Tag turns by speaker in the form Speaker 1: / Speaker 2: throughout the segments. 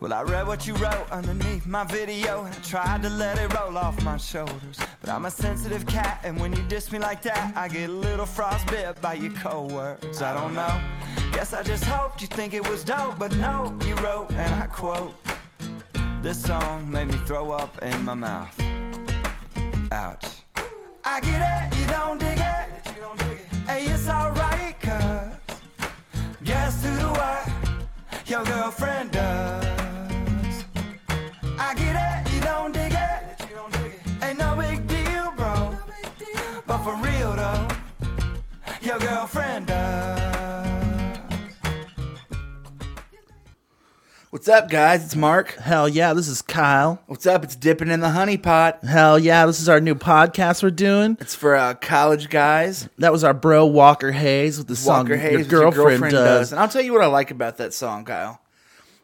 Speaker 1: Well, I read what you wrote underneath my video. I tried to let it roll off my shoulders. But I'm a sensitive cat, and when you diss me like that, I get a little frostbit by your cold words. I don't know. Guess I just hoped you think it was dope, but no, you wrote, and I quote, This song made me throw up in my mouth. Ouch. I get it, you don't dig it. Hey, it's alright, cuz. Guess who what your girlfriend does? I get it, you don't dig it. Ain't no big deal, bro. But for real, though, your girlfriend does.
Speaker 2: What's up, guys? It's Mark.
Speaker 3: Hell yeah, this is Kyle.
Speaker 2: What's up? It's Dipping in the Honey Pot.
Speaker 3: Hell yeah, this is our new podcast we're doing.
Speaker 2: It's for uh, college guys.
Speaker 3: That was our bro Walker Hayes with the song
Speaker 2: Walker Hayes,
Speaker 3: Your
Speaker 2: what
Speaker 3: Girlfriend, Does.
Speaker 2: And I'll tell you what I like about that song, Kyle.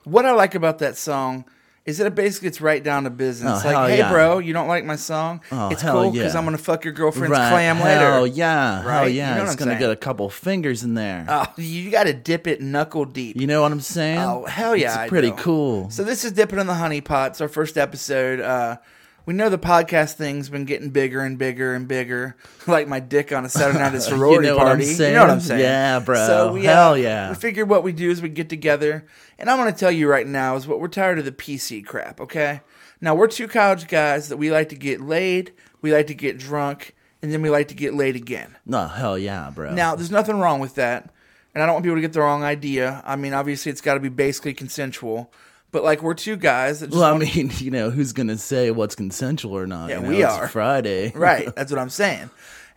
Speaker 2: What I like about that song is that it basically gets right down to business.
Speaker 3: Oh, hell
Speaker 2: like, hey,
Speaker 3: yeah.
Speaker 2: bro, you don't like my song?
Speaker 3: Oh,
Speaker 2: it's
Speaker 3: hell
Speaker 2: cool
Speaker 3: yeah.
Speaker 2: because I'm going to fuck your girlfriend's
Speaker 3: Right,
Speaker 2: clam
Speaker 3: hell
Speaker 2: later.
Speaker 3: yeah, hell
Speaker 2: Right?
Speaker 3: yeah.
Speaker 2: You know
Speaker 3: it's
Speaker 2: what I'm
Speaker 3: gonna
Speaker 2: saying.
Speaker 3: get a couple fingers in there.
Speaker 2: Oh, you got to dip it knuckle deep.
Speaker 3: you know what I'm saying?
Speaker 2: Oh, hell yeah.
Speaker 3: It's
Speaker 2: I
Speaker 3: pretty
Speaker 2: do.
Speaker 3: cool.
Speaker 2: So this is Dipping in the Honey Pot. It's our first episode. Uh, we know the podcast thing's been getting bigger and bigger and bigger, like my dick on a Saturday night at sorority
Speaker 3: You know what I'm
Speaker 2: party. You know
Speaker 3: saying?
Speaker 2: what I'm saying?
Speaker 3: Yeah, bro.
Speaker 2: So we, uh,
Speaker 3: Hell yeah.
Speaker 2: We figured what we do is we get together, and I'm going to tell you right now is what we're tired of the PC crap. Okay, now we're two college guys that we like to get laid, we like to get drunk, and then we like to get laid again.
Speaker 3: no, hell yeah, bro.
Speaker 2: Now, there's nothing wrong with that, and I don't want people to get the wrong idea. I mean, obviously, it's got to be basically consensual, but like we're two guys that just
Speaker 3: well, I
Speaker 2: wanna-
Speaker 3: mean, you know, who's gonna say what's consensual or not?
Speaker 2: Yeah,
Speaker 3: you know,
Speaker 2: we
Speaker 3: it's
Speaker 2: are.
Speaker 3: Friday,
Speaker 2: right. That's what I'm saying.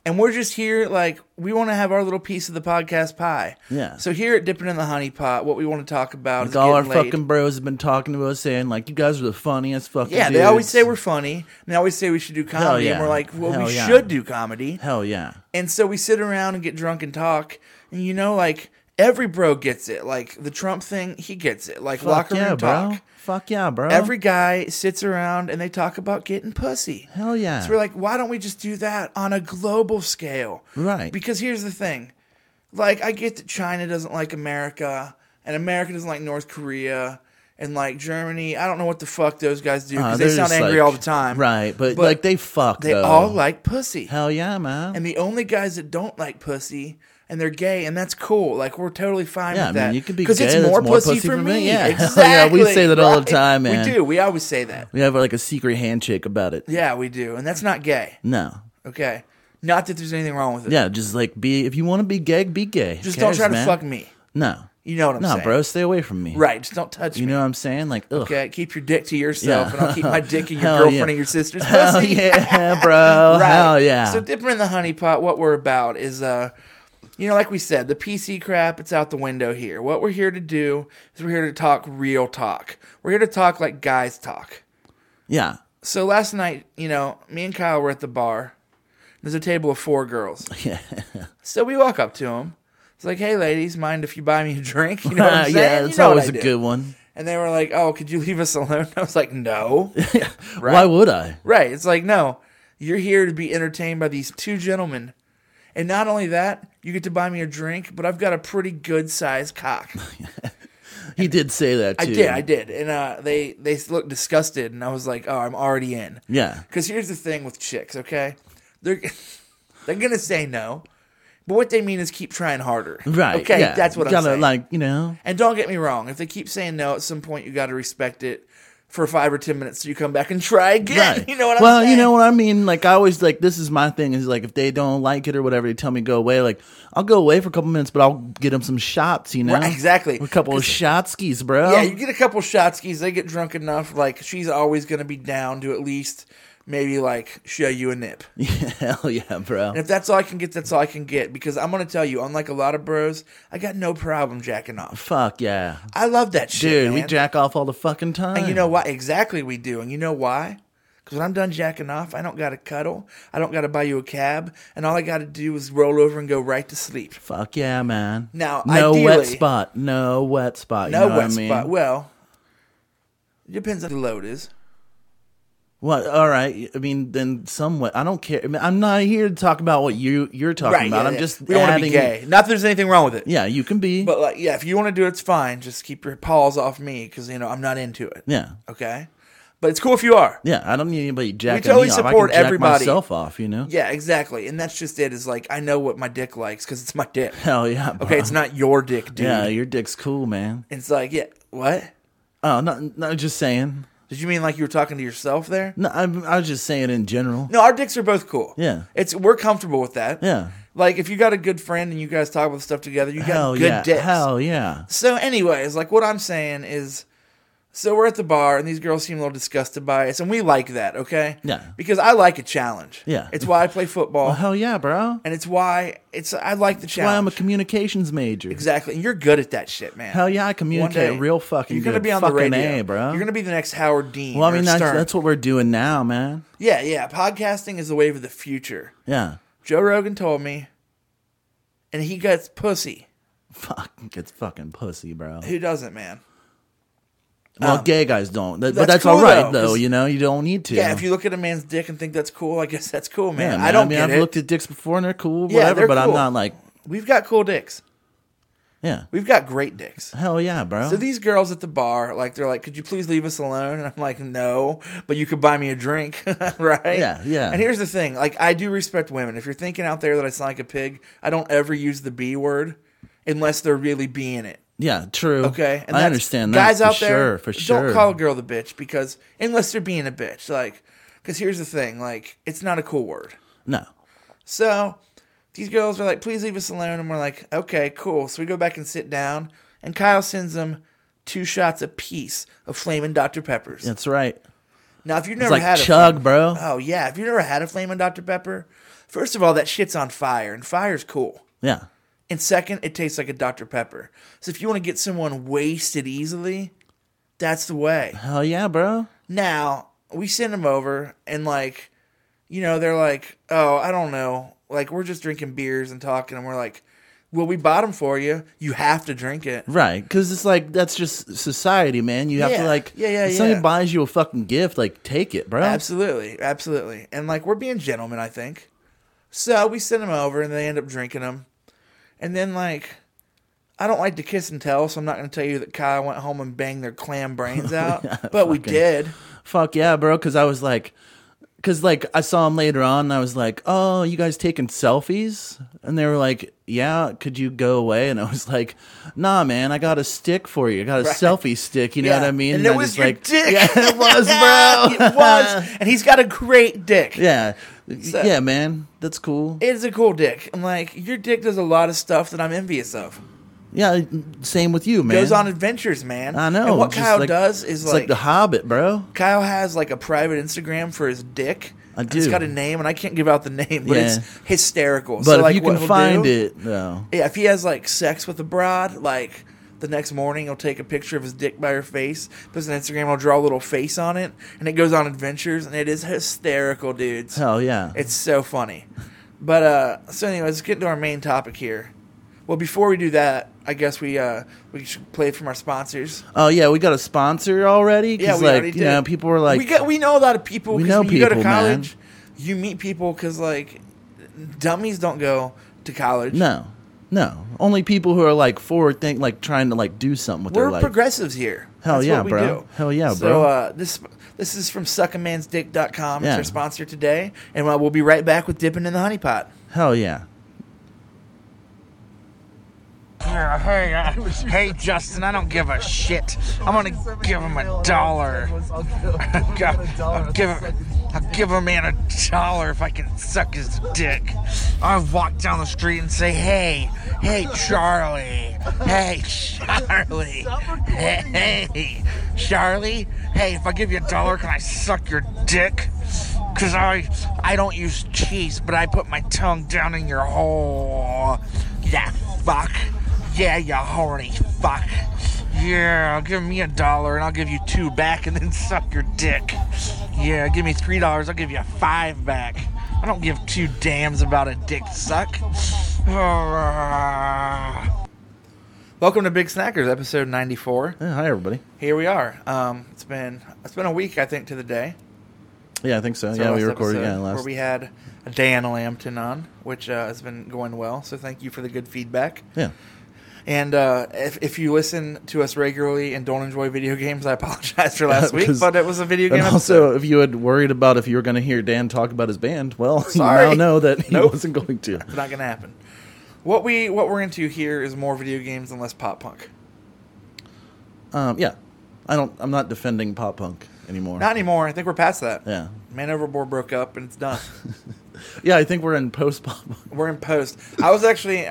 Speaker 2: And we're just here, like we want to have our little piece of the podcast pie.
Speaker 3: Yeah.
Speaker 2: So here at Dipping in the Honey Pot, what we want to talk about
Speaker 3: Like
Speaker 2: is
Speaker 3: all our
Speaker 2: getting laid.
Speaker 3: fucking bros have been talking to us, saying like, "You guys are the funniest fucking."
Speaker 2: Yeah, they always
Speaker 3: dudes."
Speaker 2: say we're funny. And they always say we should do comedy, and
Speaker 3: yeah.
Speaker 2: we're like, well,
Speaker 3: Hell
Speaker 2: we
Speaker 3: yeah.
Speaker 2: should do comedy.
Speaker 3: Hell yeah.
Speaker 2: And so we sit around and get drunk and talk. And you know, like every bro gets it. Like the Trump thing, he gets it. Like
Speaker 3: Fuck
Speaker 2: locker
Speaker 3: yeah,
Speaker 2: room
Speaker 3: bro.
Speaker 2: talk.
Speaker 3: Fuck yeah, bro. Uh,
Speaker 2: Every guy sits around and they talk about getting pussy.
Speaker 3: Hell yeah.
Speaker 2: So we're like, why don't we just do that on a global scale?
Speaker 3: Right.
Speaker 2: Because here's the thing. Like, I get that China doesn't like America, and America doesn't like North Korea, and like Germany. I don't know what the fuck those guys do
Speaker 3: Uh,
Speaker 2: because they
Speaker 3: they're
Speaker 2: sound
Speaker 3: just,
Speaker 2: angry
Speaker 3: like-
Speaker 2: all the time.
Speaker 3: Right, but,
Speaker 2: But
Speaker 3: like they fuck.
Speaker 2: They
Speaker 3: though.
Speaker 2: all like pussy.
Speaker 3: Hell yeah, man.
Speaker 2: and the only guys that don't like pussy and they're gay, and that's cool. Like we're totally fine
Speaker 3: Yeah,
Speaker 2: with
Speaker 3: I
Speaker 2: that.
Speaker 3: mean, you could be
Speaker 2: 'Cause
Speaker 3: gay,
Speaker 2: it's
Speaker 3: that's
Speaker 2: more,
Speaker 3: more
Speaker 2: pussy,
Speaker 3: pussy
Speaker 2: for
Speaker 3: for
Speaker 2: me.
Speaker 3: me. Yeah. Oh,
Speaker 2: exactly.
Speaker 3: Yeah, we say that all the time, man.
Speaker 2: We do. We always say that.
Speaker 3: we have like a secret handshake about it.
Speaker 2: Yeah, we do, and that's not gay.
Speaker 3: No.
Speaker 2: Okay, not that there's anything wrong with it.
Speaker 3: Yeah, just like be if you want to be gay, be gay. Who
Speaker 2: just don't
Speaker 3: cares,
Speaker 2: try to
Speaker 3: man?
Speaker 2: fuck me.
Speaker 3: No.
Speaker 2: You know what I'm
Speaker 3: No,
Speaker 2: saying?
Speaker 3: bro, stay away from me.
Speaker 2: Right, just don't touch
Speaker 3: You
Speaker 2: me.
Speaker 3: know what I'm saying? Like, ugh.
Speaker 2: Okay, keep your dick to yourself,
Speaker 3: Yeah.
Speaker 2: and I'll keep my dick in your
Speaker 3: Hell
Speaker 2: girlfriend
Speaker 3: yeah.
Speaker 2: and your sister's
Speaker 3: Hell
Speaker 2: pussy.
Speaker 3: yeah, bro.
Speaker 2: Right.
Speaker 3: Hell yeah.
Speaker 2: So dipping in the honey pot, what we're about is uh you know, like we said, the PC crap, it's out the window here. What we're here to do is we're here to talk real talk. We're here to talk like guys talk.
Speaker 3: yeah.
Speaker 2: So last night, you know, me and Kyle were at the bar. There's a table of four girls.
Speaker 3: Yeah.
Speaker 2: So we walk up to them. It's like, hey, ladies, mind if you buy me a drink? You know what I'm saying?
Speaker 3: yeah,
Speaker 2: You
Speaker 3: that's
Speaker 2: know what
Speaker 3: always
Speaker 2: I
Speaker 3: a
Speaker 2: do.
Speaker 3: good one.
Speaker 2: And they were like, oh, could you leave us alone? I was like, no.
Speaker 3: Why would I?
Speaker 2: Right. It's like, no, you're here to be entertained by these two gentlemen. And not only that, you get to buy me a drink, but I've got a pretty good sized cock.
Speaker 3: He did say that
Speaker 2: I
Speaker 3: too.
Speaker 2: did, I did. And uh, they, they looked disgusted, and I was like, oh, I'm already in.
Speaker 3: Yeah.
Speaker 2: Because here's the thing with chicks, okay? They're, they're going to say no, but what they mean is keep trying harder.
Speaker 3: Right.
Speaker 2: Okay,
Speaker 3: yeah.
Speaker 2: that's what
Speaker 3: Gotta,
Speaker 2: I'm saying.
Speaker 3: Like, you know.
Speaker 2: and don't get me wrong, if they keep saying no, at some point you got to respect it for five or 10 minutes so you come back and try again.
Speaker 3: Right.
Speaker 2: You know what
Speaker 3: well,
Speaker 2: I'm saying?
Speaker 3: you know what I mean. Like I always like this is my thing is like if they don't like it or whatever, they tell me go away. Like I'll go away for a couple minutes, but I'll get them some shots. You know,
Speaker 2: Right, exactly.
Speaker 3: a couple of shot skis, bro.
Speaker 2: Yeah, you get a couple shot skis, they get drunk enough. Like, she's always going to be down to at least maybe, like, show you a nip.
Speaker 3: Hell yeah, bro.
Speaker 2: And if that's all I can get, that's all I can get. Because I'm going to tell you, unlike a lot of bros, I got no problem jacking off.
Speaker 3: Fuck yeah,
Speaker 2: I love that shit.
Speaker 3: dude. We
Speaker 2: man.
Speaker 3: jack off all the fucking time.
Speaker 2: And you know why? Exactly, we do. And you know why? Because when I'm done jacking off, I don't got to cuddle. I don't got to buy you a cab. And all I got to do is roll over and go right to sleep.
Speaker 3: Fuck yeah, man.
Speaker 2: Now,
Speaker 3: no wet
Speaker 2: ideally-
Speaker 3: spot. No wet spot. you
Speaker 2: No
Speaker 3: know
Speaker 2: wet
Speaker 3: what I mean?
Speaker 2: spot. Well, it depends on the load is.
Speaker 3: What? All right. I mean, then somewhat. I don't care. I mean, I'm not here to talk about what you you're talking about.
Speaker 2: yeah,
Speaker 3: I'm
Speaker 2: yeah.
Speaker 3: just
Speaker 2: we don't want to be
Speaker 3: adding.
Speaker 2: gay. Not that there's anything wrong with it.
Speaker 3: Yeah, you can be.
Speaker 2: But like, yeah, if you want to do it, it's fine. Just keep your paws off me because you know I'm not into it.
Speaker 3: yeah,
Speaker 2: Okay. But it's cool if you are.
Speaker 3: yeah. I don't need anybody jacking
Speaker 2: totally
Speaker 3: me off.
Speaker 2: support
Speaker 3: I can jack
Speaker 2: everybody.
Speaker 3: myself off. You know.
Speaker 2: Yeah, exactly. And that's just it. Is like I know what my dick likes because it's my dick.
Speaker 3: Hell yeah. bro.
Speaker 2: Okay, it's not your dick, dude.
Speaker 3: Yeah, your dick's cool, man.
Speaker 2: It's like yeah. What?
Speaker 3: Oh, no, no. Just saying.
Speaker 2: Did you mean like you were talking to yourself there?
Speaker 3: No, I, I was just saying in general.
Speaker 2: No, our dicks are both cool.
Speaker 3: Yeah.
Speaker 2: It's we're comfortable with that.
Speaker 3: Yeah.
Speaker 2: Like if you got a good friend and you guys talk about stuff together, you got
Speaker 3: Hell
Speaker 2: good
Speaker 3: yeah.
Speaker 2: dicks.
Speaker 3: Hell yeah.
Speaker 2: So, anyways, like what I'm saying is, so we're at the bar and these girls seem a little disgusted by us, and we like that, okay?
Speaker 3: Yeah.
Speaker 2: Because I like a challenge.
Speaker 3: Yeah.
Speaker 2: It's why I play football,
Speaker 3: Well, hell yeah, bro.
Speaker 2: and it's why it's I like the
Speaker 3: That's why I'm a
Speaker 2: challenge.
Speaker 3: communications major.
Speaker 2: exactly, and you're good at that shit, man.
Speaker 3: Hell yeah, I
Speaker 2: One
Speaker 3: communicate
Speaker 2: day,
Speaker 3: real fucking.
Speaker 2: You're gonna
Speaker 3: good.
Speaker 2: be on the
Speaker 3: Fucking
Speaker 2: radio,
Speaker 3: A, bro.
Speaker 2: You're gonna be the next Howard Dean.
Speaker 3: well, I mean,
Speaker 2: or
Speaker 3: that's,
Speaker 2: Stern.
Speaker 3: that's what we're doing now, man.
Speaker 2: Yeah, yeah. Podcasting is the wave of the future.
Speaker 3: Yeah.
Speaker 2: Joe Rogan told me, and he gets pussy.
Speaker 3: Fuck, it's fucking pussy, bro.
Speaker 2: Who doesn't, man?
Speaker 3: Well, gay guys don't, That- but
Speaker 2: um, that's
Speaker 3: that's
Speaker 2: cool,
Speaker 3: all right
Speaker 2: though,
Speaker 3: though.
Speaker 2: 'cause-
Speaker 3: You know, you don't need to.
Speaker 2: Yeah, if you look at a man's dick and think that's cool, I guess that's cool,
Speaker 3: Yeah,
Speaker 2: man. I don't
Speaker 3: mean,
Speaker 2: get
Speaker 3: I've
Speaker 2: it.
Speaker 3: looked at dicks before and they're cool,
Speaker 2: Yeah,
Speaker 3: whatever.
Speaker 2: they're
Speaker 3: but
Speaker 2: cool.
Speaker 3: I'm not like,
Speaker 2: We've got cool dicks.
Speaker 3: yeah,
Speaker 2: We've got great dicks.
Speaker 3: hell yeah, bro.
Speaker 2: So these girls at the bar, like, they're like, "Could you please leave us alone?" And I'm like, "No, but you could buy me a drink, right?"
Speaker 3: Yeah, yeah.
Speaker 2: And here's the thing: like, I do respect women. If you're thinking out there that I sound like a pig, I don't ever use the B word unless they're really being it.
Speaker 3: yeah, true.
Speaker 2: Okay,
Speaker 3: I
Speaker 2: that's-
Speaker 3: understand that.
Speaker 2: Guys
Speaker 3: for
Speaker 2: out there,
Speaker 3: sure, for
Speaker 2: don't
Speaker 3: sure.
Speaker 2: call a girl the bitch because unless they're being a bitch, like, because here's the thing: like, it's not a cool word.
Speaker 3: no,
Speaker 2: So these girls are like, please leave us alone. And we're like, okay, cool. So we go back and sit down. And Kyle sends them two shots apiece of Flamin' Dr. Peppers.
Speaker 3: that's right.
Speaker 2: Now, if you've
Speaker 3: It's
Speaker 2: never
Speaker 3: like
Speaker 2: had
Speaker 3: chug,
Speaker 2: a,
Speaker 3: bro.
Speaker 2: oh yeah, if you've never had a Flamin' Dr. Pepper, first of all, that shit's on fire, and fire's cool.
Speaker 3: yeah,
Speaker 2: And second, it tastes like a Dr. Pepper. So if you want to get someone wasted easily, that's the way.
Speaker 3: hell yeah, bro.
Speaker 2: Now we send them over, and like, you know, they're like, "Oh, I don't know." Like we're just drinking beers and talking, and we're like, "Well, we bought them for you. You have to drink it."
Speaker 3: Right, because it's like that's just society, man. You have
Speaker 2: Yeah,
Speaker 3: to like,
Speaker 2: yeah, yeah,
Speaker 3: If somebody
Speaker 2: yeah.
Speaker 3: buys you a fucking gift, like take it, bro.
Speaker 2: Absolutely, absolutely. And like we're being gentlemen, I think. So we send them over, and they end up drinking them, and then like. I don't like to kiss and tell, so I'm not going to tell you that Kyle went home and banged their clam brains out. but we did.
Speaker 3: Fuck yeah, bro. Because I was like, because like I saw him later on, and I was like, oh, you guys taking selfies? And they were like, yeah. Could you go away? And I was like, nah, man. I got a stick for you. I got a
Speaker 2: Right.
Speaker 3: selfie stick. You know
Speaker 2: Yeah.
Speaker 3: what I mean?
Speaker 2: And it
Speaker 3: I
Speaker 2: was
Speaker 3: just,
Speaker 2: your dick.
Speaker 3: Yeah, it was, bro.
Speaker 2: it was, and he's got a great dick.
Speaker 3: yeah, yeah, man. That's cool.
Speaker 2: It's a cool dick. I'm like, your dick does a lot of stuff that I'm envious of.
Speaker 3: yeah, same with you, man.
Speaker 2: Goes on adventures, man.
Speaker 3: I know.
Speaker 2: And what
Speaker 3: just
Speaker 2: Kyle
Speaker 3: like-
Speaker 2: does is
Speaker 3: it's like,
Speaker 2: like,
Speaker 3: the Hobbit, bro.
Speaker 2: Kyle has like a private Instagram for his dick.
Speaker 3: I
Speaker 2: And It's
Speaker 3: do.
Speaker 2: got a name, and I can't give out the name, but
Speaker 3: Yeah.
Speaker 2: it's hysterical.
Speaker 3: But
Speaker 2: so,
Speaker 3: if
Speaker 2: like,
Speaker 3: you
Speaker 2: what
Speaker 3: can
Speaker 2: he'll
Speaker 3: find
Speaker 2: do-
Speaker 3: it, though,
Speaker 2: yeah. If he has like sex with a broad, like the next morning he'll take a picture of his dick by her face, puts it on Instagram, I'll draw a little face on it, and it goes on adventures, and it is hysterical, dudes.
Speaker 3: hell yeah,
Speaker 2: It's so funny. But uh so anyway, let's get to our main topic here. Well, before we do that, I guess we uh we should play from our sponsors.
Speaker 3: Oh yeah, we got a sponsor already. 'Cause,
Speaker 2: Yeah, we
Speaker 3: like,
Speaker 2: already
Speaker 3: You
Speaker 2: did.
Speaker 3: know, people were like,
Speaker 2: we got we know a lot of people.
Speaker 3: We
Speaker 2: 'cause
Speaker 3: know
Speaker 2: when you go to
Speaker 3: people, man.
Speaker 2: college, you meet people because like dummies don't go to college.
Speaker 3: no, no, only people who are like forward think, like trying to like do something with
Speaker 2: we're
Speaker 3: their life.
Speaker 2: progressives here.
Speaker 3: Hell
Speaker 2: That's
Speaker 3: yeah,
Speaker 2: what we
Speaker 3: bro.
Speaker 2: do.
Speaker 3: Hell yeah,
Speaker 2: So
Speaker 3: bro.
Speaker 2: uh, this this is from suckamansdick.com. It's
Speaker 3: Yeah.
Speaker 2: our sponsor today, and uh, we'll be right back with dipping in the honey pot.
Speaker 3: Hell yeah,
Speaker 4: Yeah, hey, uh, hey, Justin, I don't give a shit. I'm gonna give him a dollar. I'll go- I'll give him, I'll give a man a dollar if I can suck his dick. I'll walk down the street and say, hey, hey, Charlie, hey, Charlie, hey, hey, Charlie, hey, if I give you a dollar, can I suck your dick? Cause I, I don't use cheese, but I put my tongue down in your hole. Yeah, fuck. Yeah, you horny fuck. Yeah, give me a dollar and I'll give you two back and then suck your dick. Yeah, give me three dollars, I'll give you five back. I don't give two dams about a dick suck. Oh, ah.
Speaker 2: Welcome to Big Snackers, episode ninety four.
Speaker 3: Yeah, hi everybody.
Speaker 2: here we are. Um, it's been it's been a week, I think, to the day.
Speaker 3: Yeah, I think so.
Speaker 2: So
Speaker 3: yeah,
Speaker 2: last
Speaker 3: we recorded.
Speaker 2: episode
Speaker 3: Yeah, last.
Speaker 2: where we had Dan Lambton on, which uh, has been going well. So thank you for the good feedback.
Speaker 3: yeah.
Speaker 2: And uh, if if you listen to us regularly and don't enjoy video games, I apologize for last week,
Speaker 3: 'Cause-
Speaker 2: but it was a video game.
Speaker 3: And also,
Speaker 2: episode.
Speaker 3: if you had worried about if you were going to hear Dan talk about his band, well, you
Speaker 2: Sorry.
Speaker 3: now know that he
Speaker 2: Nope.
Speaker 3: wasn't going to.
Speaker 2: it's not gonna happen. What we what we're into here is more video games and less pop punk.
Speaker 3: Um, yeah, I don't. I'm not defending pop punk anymore.
Speaker 2: Not anymore. I think we're past that.
Speaker 3: yeah,
Speaker 2: Man Overboard broke up and it's done.
Speaker 3: yeah. I think we're in post pop.
Speaker 2: We're in post. I was actually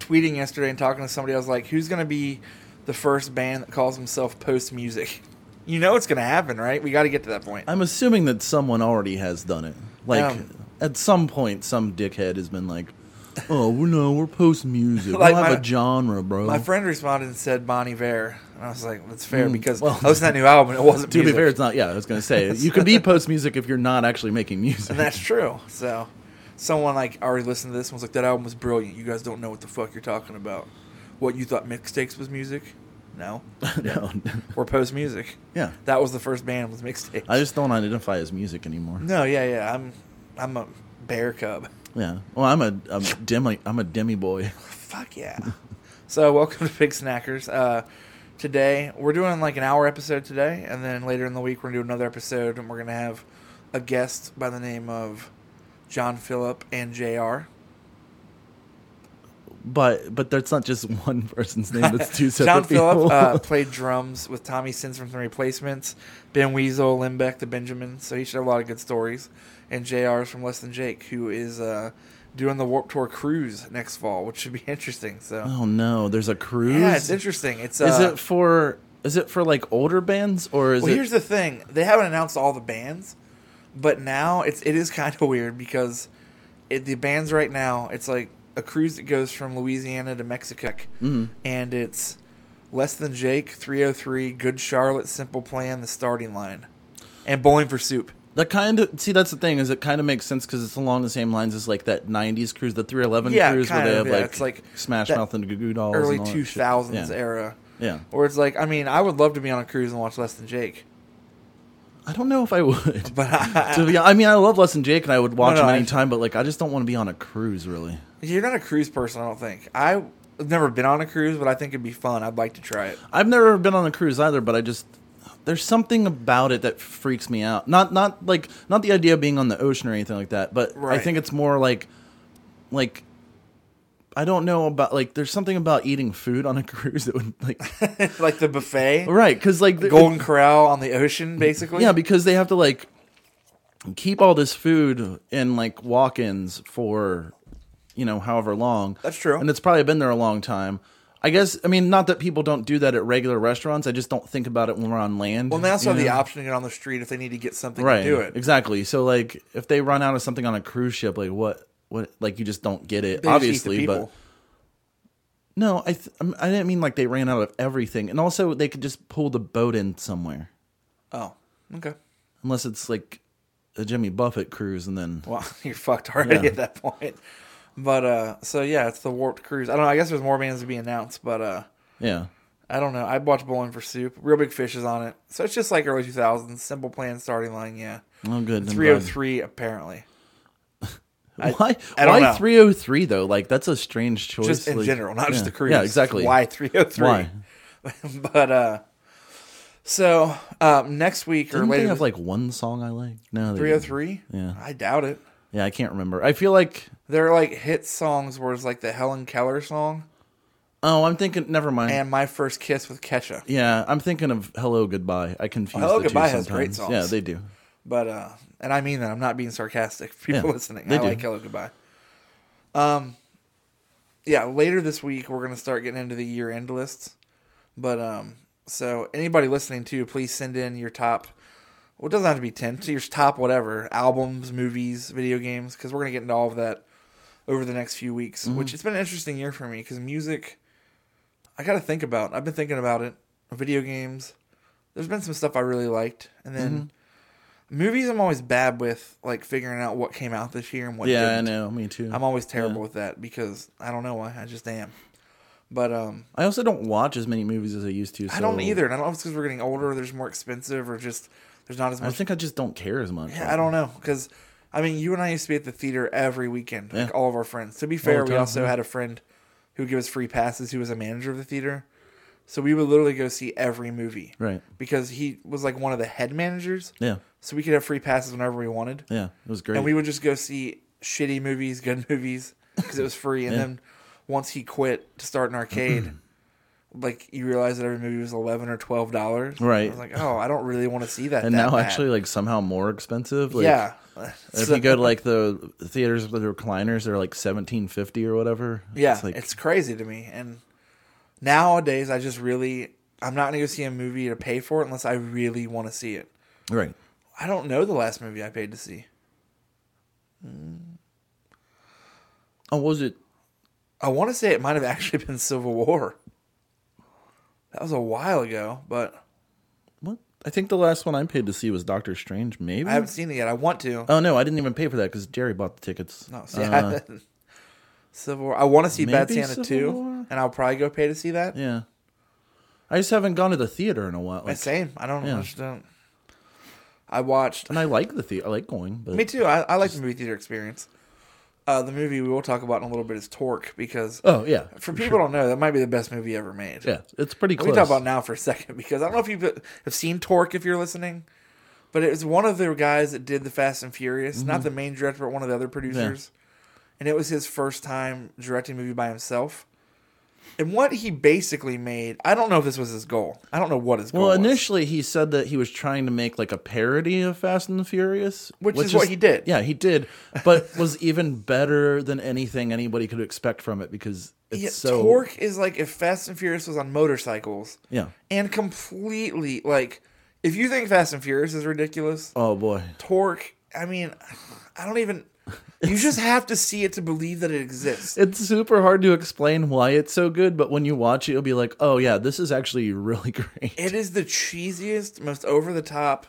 Speaker 2: tweeting yesterday and talking to somebody. I was like, "Who's going to be the first band that calls himself post music?" You know it's going to happen, right? We got to get to that point.
Speaker 3: I'm assuming that someone already has done it. Like
Speaker 2: Um,
Speaker 3: at some point, some dickhead has been like, "Oh, well, no, we're post music.
Speaker 2: Like
Speaker 3: we don't have
Speaker 2: my-
Speaker 3: a genre, bro."
Speaker 2: My friend responded and said Bonnie Vare, and I was like, "That's fair
Speaker 3: Mm,
Speaker 2: because
Speaker 3: well-
Speaker 2: I listened to that new album. and It wasn't
Speaker 3: to
Speaker 2: music.
Speaker 3: be fair, it's not. Yeah, I was going to say you could be post music if you're not actually making music.
Speaker 2: and that's true." So someone like already listened to this and was like, "That album was brilliant. You guys don't know what the fuck you're talking about. What you thought mixtapes was music? No,
Speaker 3: no,
Speaker 2: we're post music.
Speaker 3: yeah.
Speaker 2: That was the first band was mixtape.
Speaker 3: I just don't identify as music anymore.
Speaker 2: No, yeah, yeah. I'm I'm a bear cub.
Speaker 3: Yeah. Well, I'm a, a demi. I'm a demi boy.
Speaker 2: Fuck yeah. so welcome to Big Snackers. Uh, today we're doing like an hour episode today, and then later in the week we're gonna do another episode, and we're gonna have a guest by the name of John Phillip and Jr.
Speaker 3: But but that's not just one person's name. That's two separate
Speaker 2: John
Speaker 3: people.
Speaker 2: Phillip uh, played drums with Tommy Sins from the Replacements, Ben Weasel, Limbeck, the Benjamin. So he should have a lot of good stories. And Jr. is from Less Than Jake, who is uh, doing the Warp Tour cruise next fall, which should be interesting. So
Speaker 3: oh no, there's a cruise.
Speaker 2: yeah, it's interesting. It's uh,
Speaker 3: Is it for is it for like older bands or is
Speaker 2: well,
Speaker 3: it
Speaker 2: here's the thing: they haven't announced all the bands, but now it's it is kind of weird because it, the bands right now it's like a cruise that goes from Louisiana to Mexico,
Speaker 3: Mm-hmm.
Speaker 2: and it's less than Jake, three hundred three, Good Charlotte, Simple Plan, the starting line, and Bowling for Soup.
Speaker 3: that kind of see that's the thing is it kind of makes sense because it's along the same lines as like that '90s cruise, the 311
Speaker 2: Yeah,
Speaker 3: cruise where
Speaker 2: kind
Speaker 3: they have
Speaker 2: of, yeah,
Speaker 3: like
Speaker 2: it's like
Speaker 3: Smash
Speaker 2: that
Speaker 3: Mouth and Goo Goo Dolls,
Speaker 2: Early
Speaker 3: and all that
Speaker 2: two
Speaker 3: shit.
Speaker 2: thousands
Speaker 3: Yeah.
Speaker 2: era,
Speaker 3: Yeah,
Speaker 2: or it's like I mean I would love to be on a cruise and watch Less Than Jake,
Speaker 3: I don't know if I would.
Speaker 2: but I,
Speaker 3: to be, I mean, I love Les and Jake, and I would watch
Speaker 2: no,
Speaker 3: them
Speaker 2: I-
Speaker 3: anytime. But like, I just don't want to be on a cruise, really.
Speaker 2: you're not a cruise person, I don't think. I've never been on a cruise, but I think it'd be fun. I'd like to try it.
Speaker 3: I've never been on a cruise either, but I just there's something about it that freaks me out. Not not like not the idea of being on the ocean or anything like that, but I
Speaker 2: Right.
Speaker 3: think it's more like like I don't know about like there's something about eating food on a cruise that would like
Speaker 2: like the buffet,
Speaker 3: right because like the-
Speaker 2: Golden Corral on the ocean, basically.
Speaker 3: Oh, yeah because they have to like keep all this food in like walk-ins for you know however long
Speaker 2: That's true.
Speaker 3: and it's probably been there a long time i guess i mean not that people don't do that at regular restaurants i just don't think about it when we're on land
Speaker 2: well, they also
Speaker 3: you
Speaker 2: have the
Speaker 3: know?
Speaker 2: option to get on the street if they need to get something
Speaker 3: right
Speaker 2: to do it.
Speaker 3: exactly so like if they run out of something on a cruise ship like what what like you just don't get it
Speaker 2: They just eat the
Speaker 3: obviously but
Speaker 2: people.
Speaker 3: no i th- I'm- i didn't mean like they ran out of everything and also they could just pull the boat in somewhere
Speaker 2: oh, okay.
Speaker 3: unless it's like a jimmy buffett cruise and then
Speaker 2: Well, you're fucked already
Speaker 3: Yeah.
Speaker 2: at that point. But uh, so yeah, it's the warped cruise. I don't. know. I guess there's more bands to be announced, but uh,
Speaker 3: yeah
Speaker 2: I don't know. I'd watch Bowling for Soup. Real Big Fish is on it, so it's just like early 2000s. Simple Plan starting line, yeah.
Speaker 3: Oh, good. I'm
Speaker 2: 303 apparently.
Speaker 3: glad. Why?
Speaker 2: I don't
Speaker 3: why
Speaker 2: know.
Speaker 3: 303 though? Like that's a strange choice.
Speaker 2: just in
Speaker 3: like-
Speaker 2: general, not just
Speaker 3: Yeah.
Speaker 2: the cruise.
Speaker 3: Yeah, exactly.
Speaker 2: Why 303?
Speaker 3: Why?
Speaker 2: but uh so um next week or
Speaker 3: Didn't
Speaker 2: later
Speaker 3: they have like one song I like? No, they
Speaker 2: three oh three?
Speaker 3: Yeah.
Speaker 2: I doubt it.
Speaker 3: didn't. Yeah, I can't remember. I feel like
Speaker 2: They're like hit songs where it's like the Helen Keller song
Speaker 3: oh, I'm thinking. Never mind.
Speaker 2: and My First Kiss with Kesha.
Speaker 3: yeah, I'm thinking of Hello Goodbye. I confuse.
Speaker 2: Hello,
Speaker 3: the two
Speaker 2: Goodbye has great
Speaker 3: sometimes.
Speaker 2: songs.
Speaker 3: Yeah, they do.
Speaker 2: But uh and I mean that I'm not being sarcastic. People
Speaker 3: Yeah,
Speaker 2: listening.
Speaker 3: they
Speaker 2: I
Speaker 3: do.
Speaker 2: like Hello Goodbye. Um yeah, later this week we're gonna start getting into the year end lists. But um so anybody listening to please send in your top well it doesn't have to be ten, to your top whatever, albums, movies, video games, because we're gonna get into all of that over the next few weeks.
Speaker 3: Mm-hmm.
Speaker 2: Which it's been an interesting year for me because music I gotta think about. I've been thinking about it. Video games. There's been some stuff I really liked. And then
Speaker 3: Mm-hmm.
Speaker 2: Movies, I'm always bad with like figuring out what came out this year and what
Speaker 3: Yeah, I
Speaker 2: didn't.
Speaker 3: know. Me too.
Speaker 2: I'm always terrible with that because I don't know why. I just am. But um,
Speaker 3: I also don't watch as many movies as I used to. So
Speaker 2: I don't either, and I don't know if it's because we're getting older, or there's more expensive, or just There's not as
Speaker 3: I
Speaker 2: much.
Speaker 3: think I just don't care as much.
Speaker 2: Yeah, I don't know because I mean, you and I used to be at the theater every weekend, like
Speaker 3: Yeah.
Speaker 2: all of our friends. To be fair,
Speaker 3: the
Speaker 2: we
Speaker 3: time,
Speaker 2: also
Speaker 3: yeah.
Speaker 2: had a friend who would give us free passes. Who was a manager of the theater, so we would literally go see every movie,
Speaker 3: Right.
Speaker 2: Because he was like one of the head managers,
Speaker 3: Yeah.
Speaker 2: So we could have free passes whenever we wanted,
Speaker 3: Yeah. It was great.
Speaker 2: and we would just go see shitty movies, good movies, because it was free. And then once he quit to start an arcade. Like you realize that every movie was eleven or twelve dollars, I
Speaker 3: Mm-hmm. Right.
Speaker 2: was like, oh, I don't really want to see that.
Speaker 3: and now
Speaker 2: that bad.
Speaker 3: actually like somehow more expensive. Like,
Speaker 2: yeah.
Speaker 3: If you go to like the theaters with the recliners, they're like seventeen fifty or whatever.
Speaker 2: Yeah,
Speaker 3: It's like
Speaker 2: it's crazy to me. And nowadays, I just really, I'm not going to go see a movie to pay for it unless I really want to see it.
Speaker 3: right.
Speaker 2: I don't know the last movie I paid to see.
Speaker 3: Oh, what was it?
Speaker 2: I want to say it might have actually been Civil War. That was a while ago, but
Speaker 3: What? I think the last one I paid to see was Doctor Strange. Maybe.
Speaker 2: I haven't seen it yet. I want to.
Speaker 3: oh no, I didn't even pay for that because Jerry bought the tickets.
Speaker 2: No, Oh, see, I
Speaker 3: Uh,
Speaker 2: haven't. Civil War. I want to see Bad
Speaker 3: maybe Civil
Speaker 2: Santa 2,
Speaker 3: War?
Speaker 2: and I'll probably go pay to see that.
Speaker 3: yeah. I just haven't gone to the theater in a while. Like,
Speaker 2: Same. I don't,
Speaker 3: Yeah.
Speaker 2: I just don't. I watched
Speaker 3: and I like the theater. I like going, but
Speaker 2: Me too. I, I like the movie theater experience. Uh, the movie we will talk about in a little bit is Torque because
Speaker 3: oh yeah,
Speaker 2: for people who don't know that might be the best movie ever made.
Speaker 3: yeah, it's pretty
Speaker 2: we
Speaker 3: close.
Speaker 2: can talk about now for a second because I don't know if you have seen Torque if you're listening, but it was one of the guys that did the Fast and Furious,
Speaker 3: Mm-hmm.
Speaker 2: not the main director, but one of the other producers, and it was his first time directing a movie by himself. And what he basically made, I don't know if this was his goal. I don't know what his goal.
Speaker 3: Well,
Speaker 2: was.
Speaker 3: initially he said that he was trying to make like a parody of Fast and the Furious,
Speaker 2: Which is what he did.
Speaker 3: Yeah, he did, but was even better than anything anybody could expect from it because it's
Speaker 2: Yeah,
Speaker 3: so
Speaker 2: Torque is like if Fast and Furious was on motorcycles.
Speaker 3: Yeah.
Speaker 2: And completely like if you think Fast and Furious is ridiculous,
Speaker 3: Oh boy,
Speaker 2: Torque, I mean, I don't even you just have to see it to believe that it exists.
Speaker 3: it's super hard to explain why it's so good, but when you watch it, you'll be like, oh yeah, this is actually really great.
Speaker 2: It is the cheesiest, most over the top,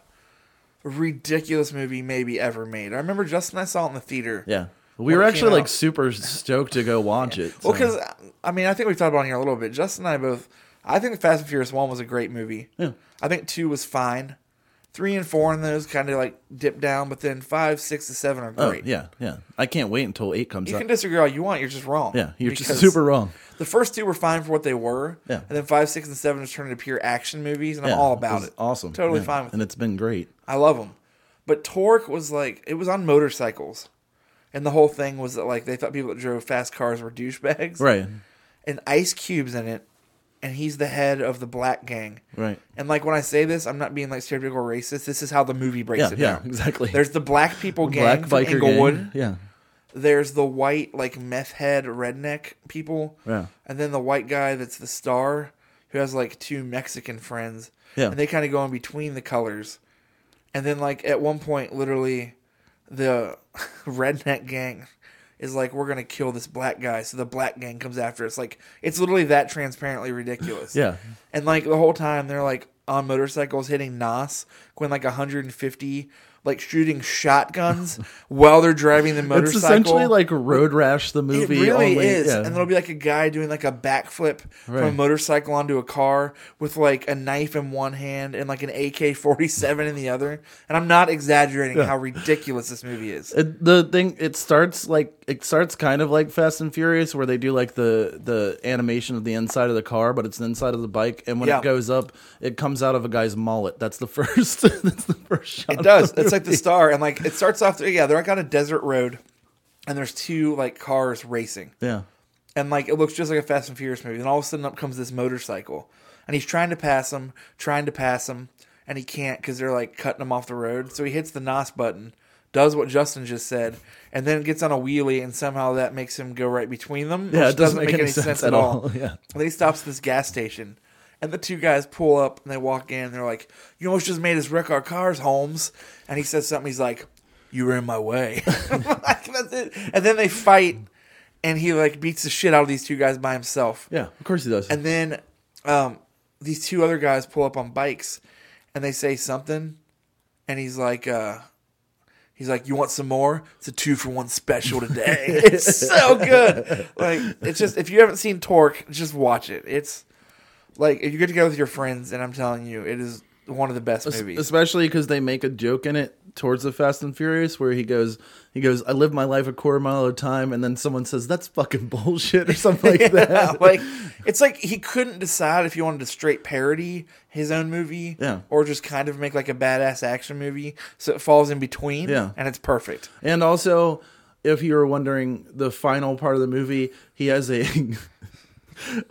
Speaker 2: ridiculous movie maybe ever made. I remember Justin and I saw it in the theater.
Speaker 3: yeah,
Speaker 2: When
Speaker 3: we
Speaker 2: it
Speaker 3: were
Speaker 2: came
Speaker 3: actually like
Speaker 2: out.
Speaker 3: super stoked to go watch it.
Speaker 2: Well,
Speaker 3: so-
Speaker 2: because I mean, I think we've talked about it here a little bit. Justin and I both. I think Fast and Furious One was a great movie.
Speaker 3: Yeah.
Speaker 2: I think two was fine. Three and four and those kind of like dip down, but then five, six, and seven are
Speaker 3: oh
Speaker 2: great.
Speaker 3: yeah, yeah, I can't wait until eight comes
Speaker 2: You
Speaker 3: out.
Speaker 2: can disagree all you want. You're just wrong.
Speaker 3: yeah, you're just
Speaker 2: Because
Speaker 3: super wrong.
Speaker 2: The first two were fine for what they were.
Speaker 3: Yeah.
Speaker 2: And then five, six, and seven just turned into pure action movies, and
Speaker 3: Yeah,
Speaker 2: I'm all about
Speaker 3: was
Speaker 2: it.
Speaker 3: Awesome,
Speaker 2: Totally
Speaker 3: Yeah,
Speaker 2: fine with
Speaker 3: and
Speaker 2: it.
Speaker 3: it's been great.
Speaker 2: I love them. But Torque was like it was on motorcycles, and the whole thing was that like they thought people that drove fast cars were douchebags.
Speaker 3: Right.
Speaker 2: and Ice Cube's in it, and he's the head of the Black Gang.
Speaker 3: Right.
Speaker 2: And like when I say this, I'm not being like stereotypical racist. This is how the movie breaks
Speaker 3: Yeah,
Speaker 2: it
Speaker 3: yeah,
Speaker 2: down.
Speaker 3: exactly.
Speaker 2: There's the Black People Gang
Speaker 3: Black
Speaker 2: from
Speaker 3: biker
Speaker 2: Inglewood.
Speaker 3: gang. Yeah.
Speaker 2: There's the white like meth head redneck people.
Speaker 3: Yeah.
Speaker 2: And then the white guy that's the star who has like two Mexican friends.
Speaker 3: Yeah.
Speaker 2: And they kind of go in between the colors. And then like at one point, literally, the redneck gang is like, "We're gonna kill this black guy," so the black gang comes after us. Like it's literally that transparently ridiculous.
Speaker 3: Yeah.
Speaker 2: and like the whole time they're like on motorcycles hitting Nas, going like 150, like shooting shotguns while they're driving the motorcycle.
Speaker 3: It's essentially like Road Rash the
Speaker 2: It
Speaker 3: movie.
Speaker 2: really
Speaker 3: only,
Speaker 2: is,
Speaker 3: yeah.
Speaker 2: and there'll be like a guy doing like a backflip from a
Speaker 3: Right.
Speaker 2: motorcycle onto a car with like a knife in one hand and like an AK forty seven in the other. And I'm not exaggerating how ridiculous this movie is.
Speaker 3: It- the thing it starts like it starts kind of like Fast and Furious where they do like the the animation of the inside of the car, but it's the inside of the bike, and when
Speaker 2: Yeah.
Speaker 3: it goes up, it comes out of a guy's mullet. That's the first. that's the first shot.
Speaker 2: It does. It's like the star, and like it starts off. Yeah, they're like on a desert road, and there's two like cars racing,
Speaker 3: Yeah.
Speaker 2: and like it looks just like a Fast and Furious movie. And all of a sudden, up comes this motorcycle, and he's trying to pass him, trying to pass him, and he can't because they're like cutting him off the road. So he hits the NOS button, does what Justin just said, and then gets on a wheelie, and somehow that makes him go right between them.
Speaker 3: Yeah,
Speaker 2: which
Speaker 3: it doesn't make any sense at all. Yeah.
Speaker 2: And then he stops at this gas station. And the two guys pull up and they walk in and they're like, You almost just made us wreck our cars, Holmes. And he says something, he's like, You were in my way. Like, that's it. And then they fight and he like beats the shit out of these two guys by himself.
Speaker 3: Yeah. Of course he does.
Speaker 2: And then um, these two other guys pull up on bikes and they say something and he's like, uh, He's like, you want some more? It's a two for one special today. it's so good. Like, it's just if you haven't seen Torque, just watch it. It's like if you get together with your friends, and I'm telling you, it is one of the best
Speaker 3: Es-
Speaker 2: movies.
Speaker 3: Especially because they make a joke in it towards the Fast and Furious where he goes, he goes, I live my life a quarter mile at a time, and then someone says that's fucking bullshit or something like that.
Speaker 2: like it's like he couldn't decide if he wanted to straight parody his own movie
Speaker 3: Yeah.
Speaker 2: or just kind of make like a badass action movie so it falls in between
Speaker 3: Yeah.
Speaker 2: and it's perfect
Speaker 3: and also, if you were wondering, the final part of the movie, he has a.